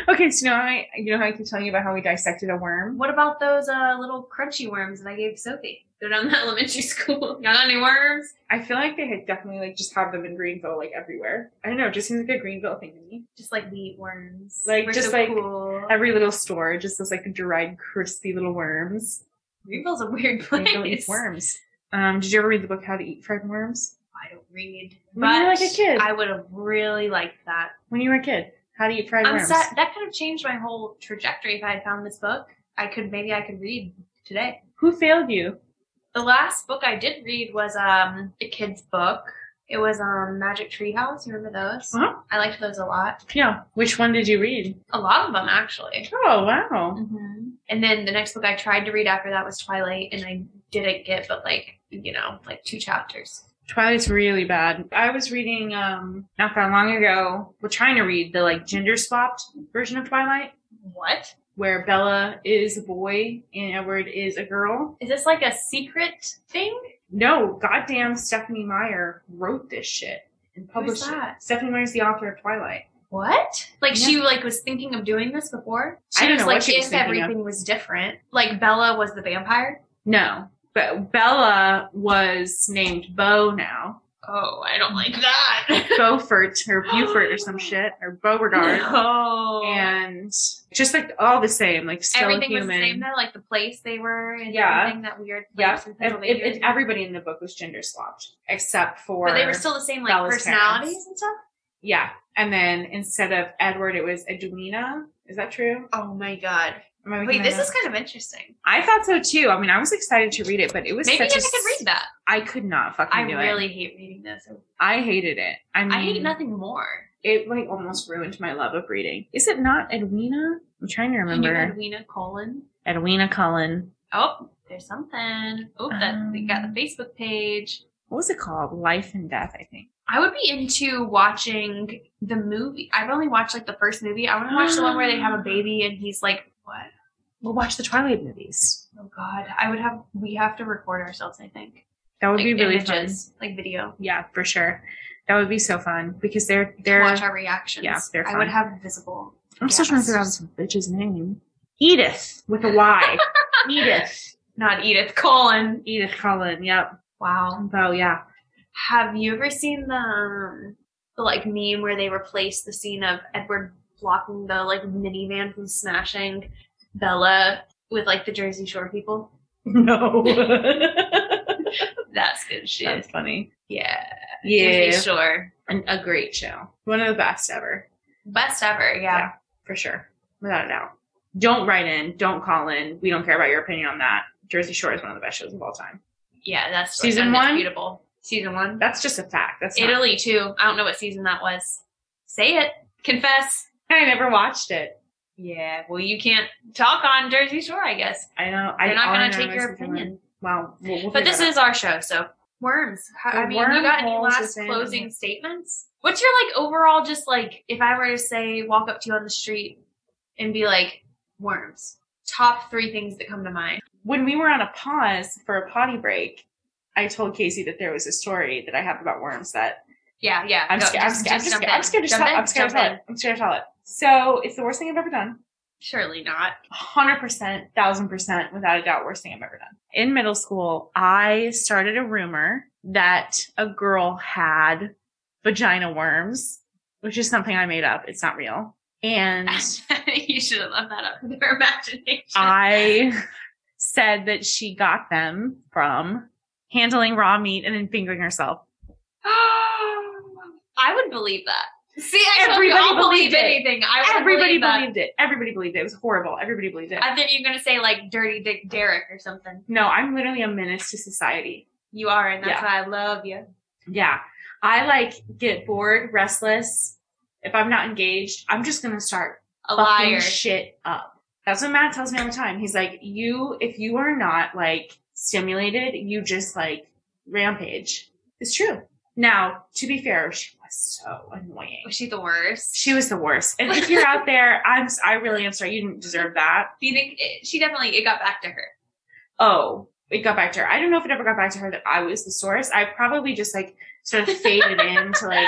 Speaker 2: Okay, so now I, you know how I keep telling you about how we dissected a worm.
Speaker 1: What about those uh, little crunchy worms that I gave Sophie? They're down in elementary school. Got any worms?
Speaker 2: I feel like they had definitely like just have them in Greenville, like everywhere. I don't know. It just seems like a Greenville thing to me.
Speaker 1: Just like we eat worms.
Speaker 2: Like,
Speaker 1: We're
Speaker 2: just
Speaker 1: so
Speaker 2: like-
Speaker 1: cool.
Speaker 2: Every little store just has like dried, crispy little worms.
Speaker 1: Greenville's a weird
Speaker 2: They
Speaker 1: place.
Speaker 2: don't eat worms. Um, did you ever read the book How to Eat Fried Worms?
Speaker 1: I don't read.
Speaker 2: When you were like a kid.
Speaker 1: I would have really liked that.
Speaker 2: When you were a kid, How to Eat Fried
Speaker 1: I'm
Speaker 2: Worms.
Speaker 1: sad. That could have changed my whole trajectory if I had found this book. I could maybe I could read today.
Speaker 2: Who failed you?
Speaker 1: The last book I did read was um a kid's book. It was um Magic Tree House. You remember those?
Speaker 2: Uh-huh.
Speaker 1: I liked those a lot.
Speaker 2: Yeah. Which one did you read?
Speaker 1: A lot of them actually.
Speaker 2: Oh wow.
Speaker 1: hmm And then the next book I tried to read after that was Twilight, and I didn't get but like you know like two chapters.
Speaker 2: Twilight's really bad. I was reading um not that long ago. We're trying to read the like gender swapped version of Twilight,
Speaker 1: What
Speaker 2: where Bella is a boy and Edward is a girl.
Speaker 1: is this like a secret thing?
Speaker 2: No, goddamn Stephanie Meyer wrote this shit and published it.
Speaker 1: that?
Speaker 2: Stephanie Meyer's the author of Twilight.
Speaker 1: What? Like she like was thinking of doing this before? She
Speaker 2: I don't
Speaker 1: was
Speaker 2: know
Speaker 1: like
Speaker 2: what she was
Speaker 1: if
Speaker 2: thinking of.
Speaker 1: everything was different. Like Bella was the vampire.
Speaker 2: No, but Bella was named Bo now.
Speaker 1: Oh, I don't like that.
Speaker 2: Beaufort or Beaufort or some shit or Beauregard.
Speaker 1: no.
Speaker 2: And just like all the same, like still
Speaker 1: everything
Speaker 2: a
Speaker 1: was the
Speaker 2: human.
Speaker 1: same though, like the place they were and
Speaker 2: Yeah.
Speaker 1: everything that weird place
Speaker 2: Yeah,
Speaker 1: in
Speaker 2: Ev-
Speaker 1: Pennsylvania.
Speaker 2: ev- everybody in the book was gender swapped except for.
Speaker 1: but they were still the same like
Speaker 2: Bella's
Speaker 1: personalities
Speaker 2: parents.
Speaker 1: and stuff.
Speaker 2: Yeah, and then instead of Edward, it was Edwina. Is that true?
Speaker 1: Oh my god!
Speaker 2: Am I making
Speaker 1: Wait,
Speaker 2: that
Speaker 1: this
Speaker 2: up?
Speaker 1: is kind of interesting.
Speaker 2: I thought so too. I mean, I was excited to read it, but it was
Speaker 1: Maybe
Speaker 2: such
Speaker 1: I
Speaker 2: a
Speaker 1: can read that.
Speaker 2: I could not fucking
Speaker 1: I
Speaker 2: do
Speaker 1: really
Speaker 2: it.
Speaker 1: hate reading this.
Speaker 2: I hated it. I mean,
Speaker 1: I hate nothing more.
Speaker 2: It like almost ruined my love of reading. Is it not Edwina? I'm trying to
Speaker 1: Can you
Speaker 2: remember.
Speaker 1: Edwina Colin?
Speaker 2: Edwina Cullen.
Speaker 1: Oh, there's something. Oh, that
Speaker 2: Um,
Speaker 1: they got the Facebook page.
Speaker 2: What was it called? Life and Death, I think.
Speaker 1: I would be into watching the movie. I've only watched like the first movie. I want to watch the one where they have a baby and he's like, "What?
Speaker 2: We'll watch the Twilight movies.
Speaker 1: Oh God!" I would have. We have to record ourselves. I think.
Speaker 2: That would
Speaker 1: like,
Speaker 2: be really
Speaker 1: images, like video.
Speaker 2: fun. Yeah, for sure. That would be so fun because they're they're.
Speaker 1: Watch our reactions.
Speaker 2: yeah, they're
Speaker 1: I would
Speaker 2: fun.
Speaker 1: have visible.
Speaker 2: I'm still trying to figure out this bitch's name. Edith with a Y. Edith.
Speaker 1: Not Edith Cullen.
Speaker 2: Edith Cullen. Yep.
Speaker 1: Wow.
Speaker 2: Oh yeah.
Speaker 1: Have you ever seen the, um, the like meme where they replace the scene of Edward blocking the like minivan from smashing Bella with like the Jersey Shore people?
Speaker 2: No.
Speaker 1: That's good shit.
Speaker 2: That's funny.
Speaker 1: yeah.
Speaker 2: Yeah.
Speaker 1: Jersey Shore.
Speaker 2: An, a great show. One of the best ever,
Speaker 1: Best ever. Yeah.
Speaker 2: for sure. Without a doubt. Don't write in. Don't call in. We don't care about your opinion on that. Jersey Shore is one of the best shows of all time.
Speaker 1: Yeah. that's
Speaker 2: Season one?
Speaker 1: Beautiful. Season one.
Speaker 2: That's just a fact. That's not,
Speaker 1: Italy too. I don't know what season that was. Say it. Confess.
Speaker 2: I never watched it. Yeah.
Speaker 1: Well, you can't talk on Jersey Shore, I guess.
Speaker 2: I know. I,
Speaker 1: They're not
Speaker 2: all I
Speaker 1: going to
Speaker 2: know
Speaker 1: take
Speaker 2: is
Speaker 1: your
Speaker 2: that they were-
Speaker 1: opinion.
Speaker 2: Wow. We'll, we'll
Speaker 1: But
Speaker 2: figure
Speaker 1: this
Speaker 2: that
Speaker 1: is our show, so worms. How- I
Speaker 2: The
Speaker 1: mean, you got any
Speaker 2: wormholes
Speaker 1: last
Speaker 2: within-
Speaker 1: closing statements? What's your like overall? Just like if I were to say, walk up to you on the street and be like, worms. Top three things that come to mind.
Speaker 2: out. when we were on a pause for a potty break, I told Casey that there was a story that I have about worms that
Speaker 1: Yeah, yeah.
Speaker 2: I'm,
Speaker 1: go,
Speaker 2: scared,
Speaker 1: just-
Speaker 2: I'm,
Speaker 1: just
Speaker 2: scared,
Speaker 1: jump
Speaker 2: I'm
Speaker 1: in.
Speaker 2: scared. I'm scared to
Speaker 1: Jump
Speaker 2: tell.
Speaker 1: in,
Speaker 2: I'm scared to
Speaker 1: jump
Speaker 2: tell
Speaker 1: in.
Speaker 2: it. I'm scared to tell it. So it's the worst thing I've ever done.
Speaker 1: Surely not.
Speaker 2: Hundred percent, thousand percent, without a doubt, worst thing I've ever done. In middle school, I started a rumor that a girl had vagina worms, which is something I made up. It's not real. And
Speaker 1: you should have left that up to their imagination.
Speaker 2: Uh, I said that she got them from handling raw meat and then fingering herself.
Speaker 1: I would believe that. See, I told you
Speaker 2: Everybody
Speaker 1: I'll believe
Speaker 2: believed it.
Speaker 1: anything. I would
Speaker 2: Everybody
Speaker 1: believe that.
Speaker 2: believed it. Everybody believed it. It was horrible. Everybody believed it.
Speaker 1: I thought you were gonna say like Dirty Dick Derek or something.
Speaker 2: No, I'm literally a menace to society.
Speaker 1: You are, and that's
Speaker 2: Yeah.
Speaker 1: why I love you.
Speaker 2: Yeah. I like get bored, restless. If I'm not engaged, I'm just going to start
Speaker 1: A
Speaker 2: fucking
Speaker 1: liar.
Speaker 2: shit up. That's what Matt tells me all the time. He's like, you, if you are not like stimulated, you just like rampage. It's true. Now, to be fair, she was so annoying.
Speaker 1: Was she the worst?
Speaker 2: She was the worst. And if you're out there, I'm, s- I really am sorry. You didn't deserve that.
Speaker 1: Do you think it, she definitely it got back to her?
Speaker 2: oh, it got back to her. I don't know if it ever got back to her that I was the source. I probably just like sort of faded into like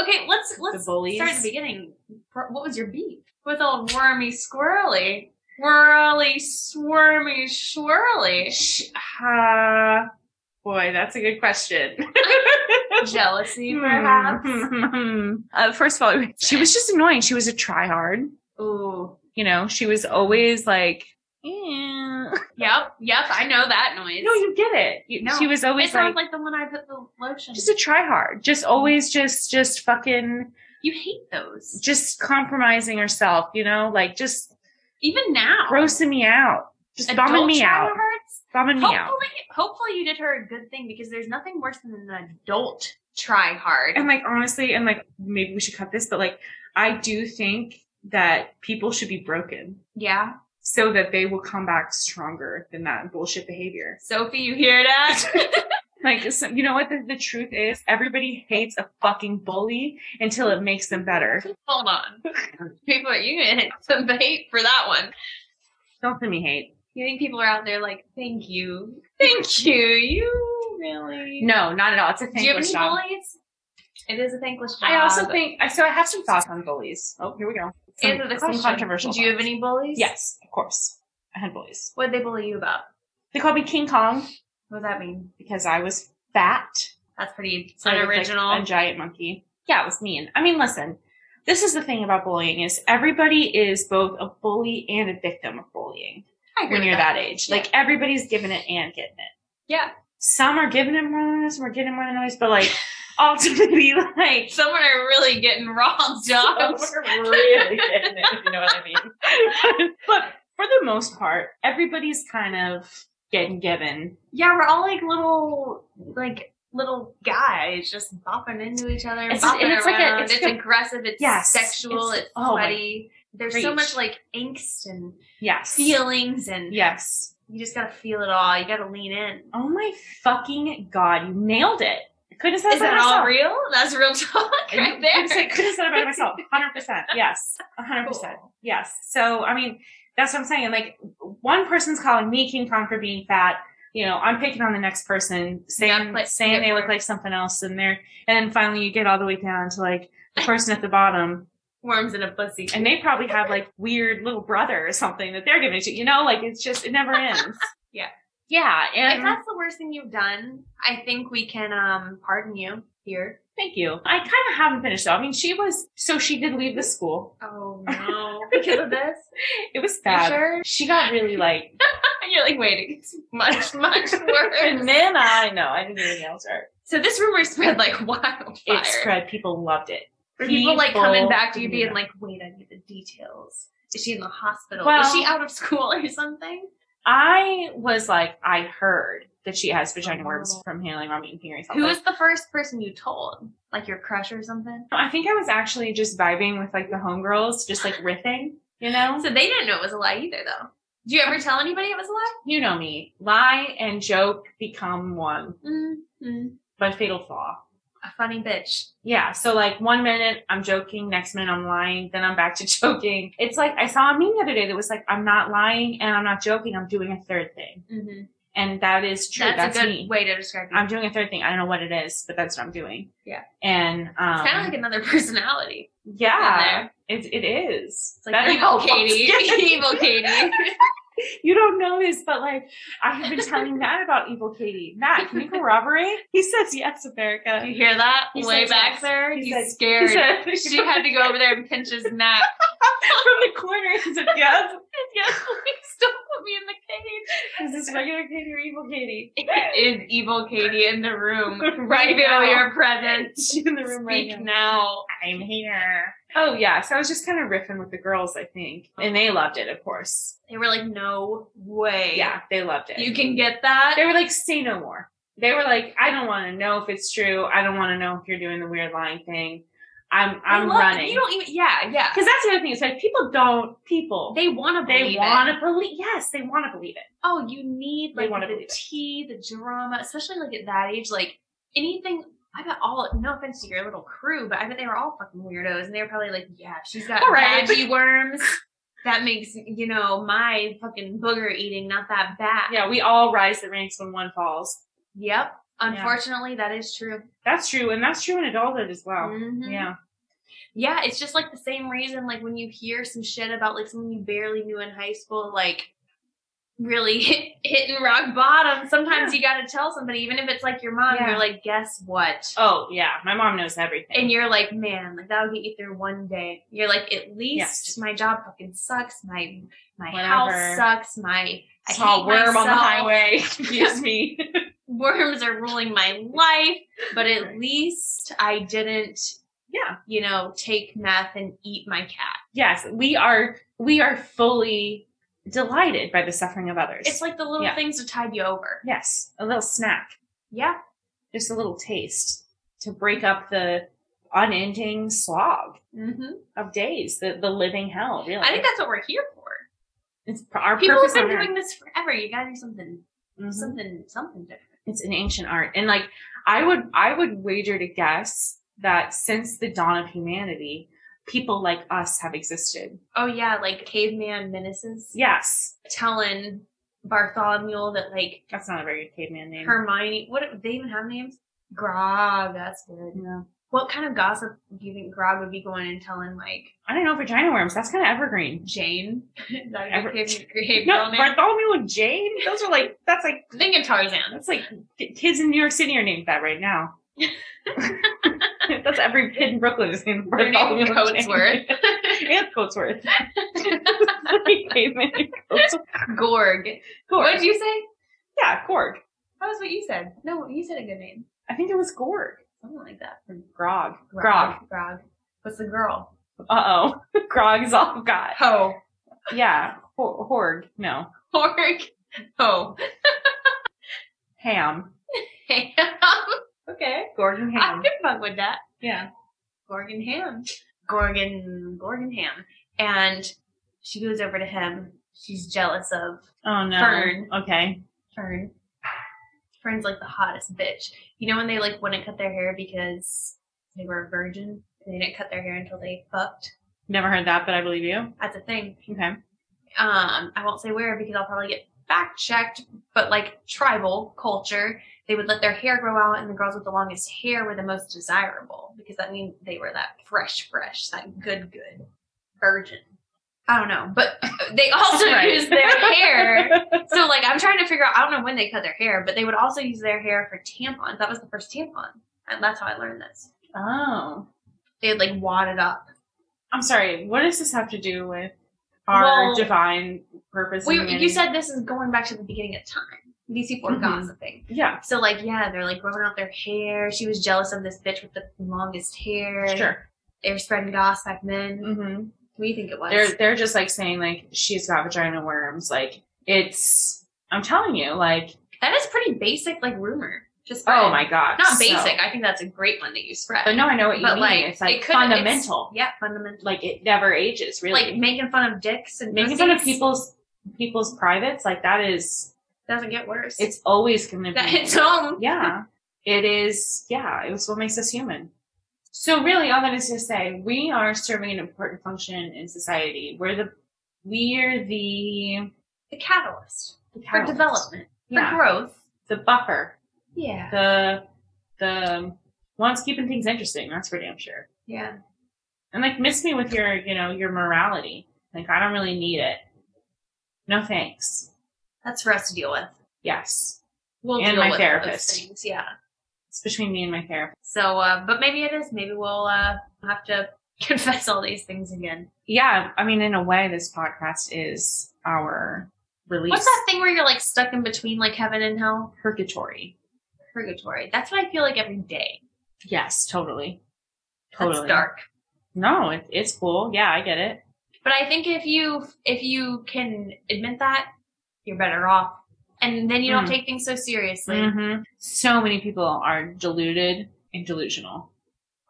Speaker 1: Okay, let's let's
Speaker 2: bullies.
Speaker 1: start at the beginning. For- What was your beef with old Wormy Squirrely? Whirly, swirly, swirly.
Speaker 2: sh- uh, boy, that's a good question.
Speaker 1: Jealousy, perhaps.
Speaker 2: uh, first of all, she was just annoying. She was a tryhard.
Speaker 1: Ooh.
Speaker 2: You know, she was always like, eh. no,
Speaker 1: Yep, yep. I know that noise.
Speaker 2: you get it. You-
Speaker 1: No.
Speaker 2: She was
Speaker 1: it
Speaker 2: always
Speaker 1: sounds
Speaker 2: like,
Speaker 1: like the one I put the lotion.
Speaker 2: just a tryhard. Just always, just, just fucking,
Speaker 1: you hate those,
Speaker 2: just compromising herself. You know, like just
Speaker 1: even now.
Speaker 2: grossing me out, just bumming me out,
Speaker 1: Hurts.
Speaker 2: bumming me out.
Speaker 1: Hopefully, hopefully you did her a good thing because there's nothing worse than an adult try hard.
Speaker 2: And like honestly, and like maybe we should cut this, but like I do think that people should be broken
Speaker 1: yeah,
Speaker 2: so that they will come back stronger than that bullshit behavior.
Speaker 1: Sophie, you hear that?
Speaker 2: Like so, you know what the, the truth is? Everybody hates a fucking bully until it makes them better.
Speaker 1: Hold on, people, you gonna hit some bait for that one.
Speaker 2: Don't let me hate.
Speaker 1: You think people are out there like, thank you, thank you, you really?
Speaker 2: No, not at all. It's a
Speaker 1: do you have
Speaker 2: thankless
Speaker 1: any
Speaker 2: job.
Speaker 1: bullies? It is a thankless job.
Speaker 2: I also think I so I have some thoughts on bullies. Oh, here we go. Some,
Speaker 1: Answer the
Speaker 2: some
Speaker 1: question.
Speaker 2: controversial.
Speaker 1: Do you have
Speaker 2: thoughts.
Speaker 1: any bullies?
Speaker 2: Yes, of course. I had bullies.
Speaker 1: What would they bully you about?
Speaker 2: They called me King Kong
Speaker 1: What does that mean?
Speaker 2: because I was fat
Speaker 1: That's pretty
Speaker 2: So I looked like
Speaker 1: unoriginal.
Speaker 2: a giant monkey. Yeah, it was mean. I mean, listen, this is the thing about bullying is everybody is both a bully and a victim of bullying
Speaker 1: I agree
Speaker 2: when
Speaker 1: with
Speaker 2: you're that, age. Like everybody's giving it and getting it.
Speaker 1: yeah,
Speaker 2: Some are giving it more than others, some are getting more than others, but like ultimately, like
Speaker 1: some are really getting wrong jobs.
Speaker 2: some are really getting it, if you know what I mean. but for the most part, everybody's kind of getting given
Speaker 1: Yeah, we're all like little, like little guys just bopping into each other.
Speaker 2: It's-
Speaker 1: bopping
Speaker 2: and it's like a-
Speaker 1: around.
Speaker 2: it's
Speaker 1: it's
Speaker 2: like a-
Speaker 1: aggressive. It's
Speaker 2: Yes,
Speaker 1: sexual.
Speaker 2: it's-
Speaker 1: It's,
Speaker 2: oh my-
Speaker 1: sweaty. There's so
Speaker 2: preach.
Speaker 1: much like angst and
Speaker 2: Yes.
Speaker 1: feelings, and
Speaker 2: Yes.
Speaker 1: you just gotta feel it all. You gotta lean in.
Speaker 2: Oh my fucking god, you nailed it. I couldn't have said
Speaker 1: Is
Speaker 2: it better
Speaker 1: that all
Speaker 2: myself.
Speaker 1: real? That's real talk right
Speaker 2: I
Speaker 1: there.
Speaker 2: could have said it by myself. 100%. Yes. 100%.
Speaker 1: Cool.
Speaker 2: Yes. So, I mean, that's what I'm saying. Like, one person's calling me King Kong for being fat. You know, I'm picking on the next person, saying,
Speaker 1: Yeah, but-
Speaker 2: saying they look like something else and they're, and then finally you get all the way down to like the person at the bottom
Speaker 1: Worms in a pussy.
Speaker 2: and they probably have like weird little brother or something that they're giving to, you know, like it's just, it never ends.
Speaker 1: Yeah.
Speaker 2: Yeah.
Speaker 1: if
Speaker 2: And
Speaker 1: that's the worst thing you've done, I think we can um pardon you here.
Speaker 2: Thank you. I kind of haven't finished though. I mean, she was so she did leave the school.
Speaker 1: Oh no, because of this.
Speaker 2: It was
Speaker 1: You
Speaker 2: bad.
Speaker 1: sure?
Speaker 2: She got really like,
Speaker 1: You're like, wait, it's much, much
Speaker 2: and
Speaker 1: worse.
Speaker 2: then I know I didn't even answer. her.
Speaker 1: so this rumor spread like wildfire.
Speaker 2: It spread. People loved it.
Speaker 1: Were people like coming back to you
Speaker 2: knew.
Speaker 1: being like, wait, I need the details. Is she in the hospital?
Speaker 2: Well-
Speaker 1: Is she out of school or something?
Speaker 2: I was like, I heard that she has vagina
Speaker 1: Oh.
Speaker 2: worms from handling mom eating hearing something.
Speaker 1: Who was the first person you told? Like your crush or something?
Speaker 2: I think I was actually just vibing with like the homegirls, just like riffing. You know,
Speaker 1: So they didn't know it was a lie either, though. Did you ever tell anybody it was a lie?
Speaker 2: you know me. Lie and joke become one.
Speaker 1: Mm-hmm.
Speaker 2: My fatal flaw.
Speaker 1: A funny bitch.
Speaker 2: Yeah, so like one minute I'm joking, next minute I'm lying, then I'm back to joking. It's like I saw a meme the other day that was like, I'm not lying and I'm not joking, I'm doing a third thing.
Speaker 1: Mm-hmm.
Speaker 2: And that is true.
Speaker 1: That's,
Speaker 2: That's,
Speaker 1: a good
Speaker 2: me.
Speaker 1: way to describe you.
Speaker 2: I'm doing a third thing. I don't know what it is, but that's what I'm doing.
Speaker 1: Yeah.
Speaker 2: And um
Speaker 1: it's kind of like another personality.
Speaker 2: Yeah. It, it is.
Speaker 1: It's like evil Katie. evil Katie.
Speaker 2: you don't know this, but like I have been telling Matt about evil Katie. Matt, can you corroborate? He says yes, America.
Speaker 1: You hear that?
Speaker 2: He
Speaker 1: Way
Speaker 2: says
Speaker 1: back
Speaker 2: yes.
Speaker 1: there?
Speaker 2: He
Speaker 1: He's
Speaker 2: says-
Speaker 1: scared.
Speaker 2: He said-
Speaker 1: she had to go over there and pinch his neck.
Speaker 2: from the corner. He said yes.
Speaker 1: yes, please don't put me in the cage.
Speaker 2: Is this regular Katie or evil Katie?
Speaker 1: It is evil Katie in the room.
Speaker 2: Right
Speaker 1: Right now,
Speaker 2: now.
Speaker 1: your presence.
Speaker 2: She's in the room right
Speaker 1: Speak now.
Speaker 2: I'm here. Oh yeah, so I was just kind of riffing with the girls, I think, and they loved it, of course.
Speaker 1: They were like, no way.
Speaker 2: Yeah, they loved it.
Speaker 1: You can get that.
Speaker 2: they were like, "Say no more." They were like, "I don't want to know if it's true. I don't want to know if you're doing the weird lying thing. I'm
Speaker 1: I
Speaker 2: I'm
Speaker 1: love-
Speaker 2: running."
Speaker 1: You don't even, yeah, yeah.
Speaker 2: Because that's the other thing. It's like people don't people
Speaker 1: They want to
Speaker 2: they want to believe. Yes, they want to believe it.
Speaker 1: oh, you need
Speaker 2: They
Speaker 1: like
Speaker 2: wanna
Speaker 1: the
Speaker 2: believe it.
Speaker 1: tea, the drama, especially like at that age, like anything. I bet all. No offense to your little crew, but I bet they were all fucking weirdos, and they were probably like, "Yeah, she's got
Speaker 2: All right.
Speaker 1: veggie worms. That makes you know my fucking booger eating not that bad."
Speaker 2: Yeah, we all rise the ranks when one falls.
Speaker 1: Yep. Unfortunately, that is true.
Speaker 2: That's true, and that's true in adulthood as well.
Speaker 1: Mhm.
Speaker 2: Oh, Yeah.
Speaker 1: Yeah, it's just like the same reason, like when you hear some shit about like someone you barely knew in high school, like really hit, hitting rock bottom. Sometimes you got to tell somebody, even if it's like your mom,
Speaker 2: Yeah.
Speaker 1: you're like, guess what?
Speaker 2: Oh yeah, my mom knows everything.
Speaker 1: And you're like, man, like that'll get you through one day. You're like, at least
Speaker 2: Yes.
Speaker 1: my job fucking sucks. My my
Speaker 2: Whatever.
Speaker 1: house sucks. My I
Speaker 2: saw a
Speaker 1: hate
Speaker 2: worm on the
Speaker 1: myself.
Speaker 2: highway. Excuse me.
Speaker 1: Worms are ruling my life. But
Speaker 2: Right.
Speaker 1: at least I didn't,
Speaker 2: yeah.
Speaker 1: you know, take meth and eat my cat.
Speaker 2: Yes, we are. We are fully delighted by the suffering of others.
Speaker 1: It's like the little
Speaker 2: Yeah.
Speaker 1: things that tide you over.
Speaker 2: yes, a little snack,
Speaker 1: Yeah.
Speaker 2: just a little taste to break up the unending slog
Speaker 1: Mm-hmm.
Speaker 2: of days, the the living hell. Really,
Speaker 1: I think that's what we're here for.
Speaker 2: it's pr- our
Speaker 1: People have
Speaker 2: purpose.
Speaker 1: been
Speaker 2: on earth.
Speaker 1: doing this forever. You gotta do something,
Speaker 2: Mhm.
Speaker 1: something, something different.
Speaker 2: It's an ancient art, and like I would, I would wager to guess that since the dawn of humanity, people like us have existed.
Speaker 1: Oh yeah, like caveman menaces
Speaker 2: Yes,
Speaker 1: telling Bartholomew that like
Speaker 2: that's not a very good caveman name.
Speaker 1: Hermione. What they even have names? Grog. That's good.
Speaker 2: Yeah.
Speaker 1: What kind of gossip do you think Grog would be going and telling like
Speaker 2: I don't know vagina worms. That's kind of evergreen.
Speaker 1: Jane? Is that a
Speaker 2: Ever-
Speaker 1: cave- cave
Speaker 2: No,
Speaker 1: girl name?
Speaker 2: Bartholomew and Jane. Those are like that's like
Speaker 1: Think of Tarzan.
Speaker 2: that's like kids in New York City are named that right now. That's every kid in Brooklyn is named
Speaker 1: Their name is
Speaker 2: Bartholomew
Speaker 1: Coatsworth.
Speaker 2: Chamberlain. and Coatsworth. Pavement and Coatsworth.
Speaker 1: Gorg. What
Speaker 2: Gorg.
Speaker 1: did you say?
Speaker 2: Yeah, Gorg.
Speaker 1: That was what you said. No, you said a good name.
Speaker 2: I think it was Gorg.
Speaker 1: Something like that.
Speaker 2: Grog. Grog.
Speaker 1: Grog. What's the girl?
Speaker 2: Uh oh. Grog is all I've got.
Speaker 1: Ho.
Speaker 2: Yeah. Hor- Horg. No.
Speaker 1: Gorg. Ho.
Speaker 2: Ham.
Speaker 1: Ham.
Speaker 2: Okay. Gordon
Speaker 1: I
Speaker 2: Ham.
Speaker 1: could fuck with that.
Speaker 2: yeah.
Speaker 1: Gorgon Ham. Gorgon, Gorgon Ham. And she goes over to him. She's jealous of
Speaker 2: Oh no.
Speaker 1: Fern.
Speaker 2: Okay.
Speaker 1: Fern. Fern's like the hottest bitch. You know when they like wouldn't cut their hair because they were a virgin and they didn't cut their hair until they fucked?
Speaker 2: Never heard that, but I believe you.
Speaker 1: That's a thing.
Speaker 2: Okay.
Speaker 1: Um, I won't say where because I'll probably get fact checked, but like tribal culture, they would let their hair grow out and the girls with the longest hair were the most desirable because that means they were that fresh, fresh, that good, good virgin. I don't know, but they also
Speaker 2: Right.
Speaker 1: used their hair so like I'm trying to figure out I don't know when they cut their hair, but they would also use their hair for tampons. That was the first tampon. And that's how I learned this.
Speaker 2: oh.
Speaker 1: They had like wadded up.
Speaker 2: I'm sorry. What does this have to do with our
Speaker 1: Well,
Speaker 2: divine purpose? in
Speaker 1: We, you
Speaker 2: humanity?
Speaker 1: said this is going back to the beginning of time. These people are
Speaker 2: Mhm.
Speaker 1: gossiping.
Speaker 2: yeah.
Speaker 1: So like yeah, they're like growing out their hair. She was jealous of this bitch with the longest hair.
Speaker 2: Sure.
Speaker 1: They were spreading gossip back then.
Speaker 2: Mm-hmm.
Speaker 1: What do you think it was?
Speaker 2: They're they're just like saying like she's got vagina worms. Like it's. I'm telling you, like
Speaker 1: That is pretty basic like rumor. Just spread.
Speaker 2: oh my gosh,
Speaker 1: not
Speaker 2: so-
Speaker 1: basic. I think that's a great one that you spread.
Speaker 2: but no, I know what you
Speaker 1: But,
Speaker 2: mean.
Speaker 1: like,
Speaker 2: it's like
Speaker 1: it could- it's-
Speaker 2: fundamental.
Speaker 1: yeah, fundamental.
Speaker 2: Like it never ages. Really,
Speaker 1: Like making fun of dicks and
Speaker 2: making fun of
Speaker 1: pussies
Speaker 2: people's people's privates like that is
Speaker 1: doesn't get worse.
Speaker 2: it's always going to be
Speaker 1: that hits home.
Speaker 2: yeah it is yeah it was what makes us human so really all that is to say we are serving an important function in society we're the we're the,
Speaker 1: The catalyst
Speaker 2: the
Speaker 1: for
Speaker 2: catalyst.
Speaker 1: development,
Speaker 2: yeah
Speaker 1: for growth.
Speaker 2: the buffer
Speaker 1: Yeah.
Speaker 2: the the one's keeping things interesting that's for damn sure
Speaker 1: Yeah.
Speaker 2: and like miss me with your you know your morality like i don't really need it no thanks
Speaker 1: That's for us to deal with.
Speaker 2: yes
Speaker 1: We'll
Speaker 2: And
Speaker 1: deal
Speaker 2: my
Speaker 1: with
Speaker 2: therapist.
Speaker 1: those things. Yeah.
Speaker 2: it's between me and my therapist
Speaker 1: So, uh, but maybe it is. Maybe we'll uh, have to confess all these things again.
Speaker 2: yeah, I mean, in a way, this podcast is our release.
Speaker 1: What's that thing where you're like stuck in between like heaven and hell?
Speaker 2: Purgatory.
Speaker 1: Purgatory. That's what I feel like every day.
Speaker 2: Yes, totally.
Speaker 1: That's
Speaker 2: Totally.
Speaker 1: dark.
Speaker 2: No, it, it's cool. Yeah, I get it.
Speaker 1: But I think if you if you can admit that, you're better off, and then you don't
Speaker 2: Mm.
Speaker 1: take things so seriously.
Speaker 2: hmm So many people are deluded and delusional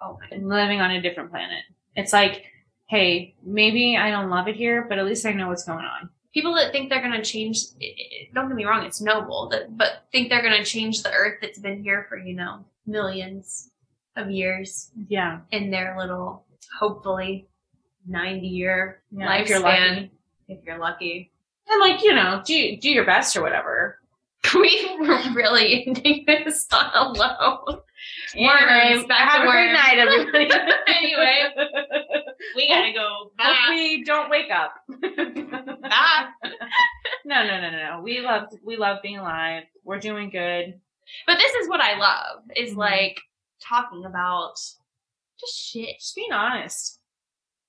Speaker 1: Oh my
Speaker 2: and living on a different planet. It's like, hey, maybe I don't love it here, but at least I know what's going on.
Speaker 1: people that think they're going to change i- i- don't get me wrong it's noble that, but think they're going to change the earth that's been here for you know millions of years
Speaker 2: Yeah.
Speaker 1: in their little hopefully 90 year
Speaker 2: yeah
Speaker 1: lifespan
Speaker 2: if you're lucky.
Speaker 1: if you're lucky
Speaker 2: And like, you know, do do your best or whatever.
Speaker 1: we were really ending this on a low
Speaker 2: Anyway,
Speaker 1: back
Speaker 2: have
Speaker 1: to
Speaker 2: a great
Speaker 1: worms.
Speaker 2: night, everybody.
Speaker 1: anyway we gotta go
Speaker 2: Hope
Speaker 1: bye
Speaker 2: we don't wake up.
Speaker 1: bye
Speaker 2: No, no, no, no, no. We love we love being alive. We're doing good.
Speaker 1: but this is what i love is
Speaker 2: Mhm.
Speaker 1: like talking about just shit
Speaker 2: Just being honest.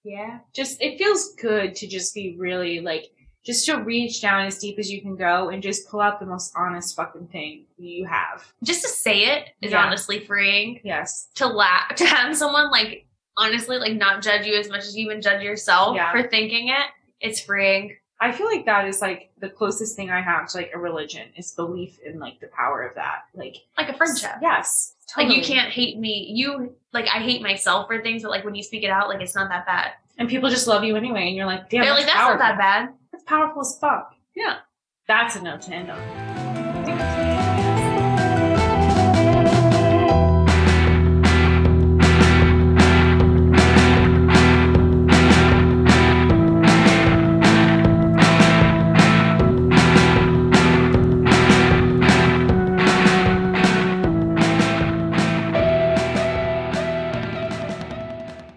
Speaker 1: yeah
Speaker 2: Just it feels good to just be really like just to reach down as deep as you can go and just pull out the most honest fucking thing you have.
Speaker 1: just to say it is
Speaker 2: Yeah.
Speaker 1: honestly freeing.
Speaker 2: Yes.
Speaker 1: To laugh, to have someone like honestly like not judge you as much as you even judge yourself
Speaker 2: Yeah.
Speaker 1: for thinking it, it's freeing.
Speaker 2: I feel like that is like the closest thing I have to like a religion is belief in like the power of that. Like
Speaker 1: Like a friendship.
Speaker 2: Yes.
Speaker 1: Like you
Speaker 2: totally.
Speaker 1: can't hate me. You like I hate myself for things, but like when you speak it out, like it's not that bad.
Speaker 2: and people just love you anyway and you're like, damn,
Speaker 1: They're like that's
Speaker 2: powerful.
Speaker 1: not that bad.
Speaker 2: That's powerful as fuck.
Speaker 1: Yeah.
Speaker 2: That's a note to end on.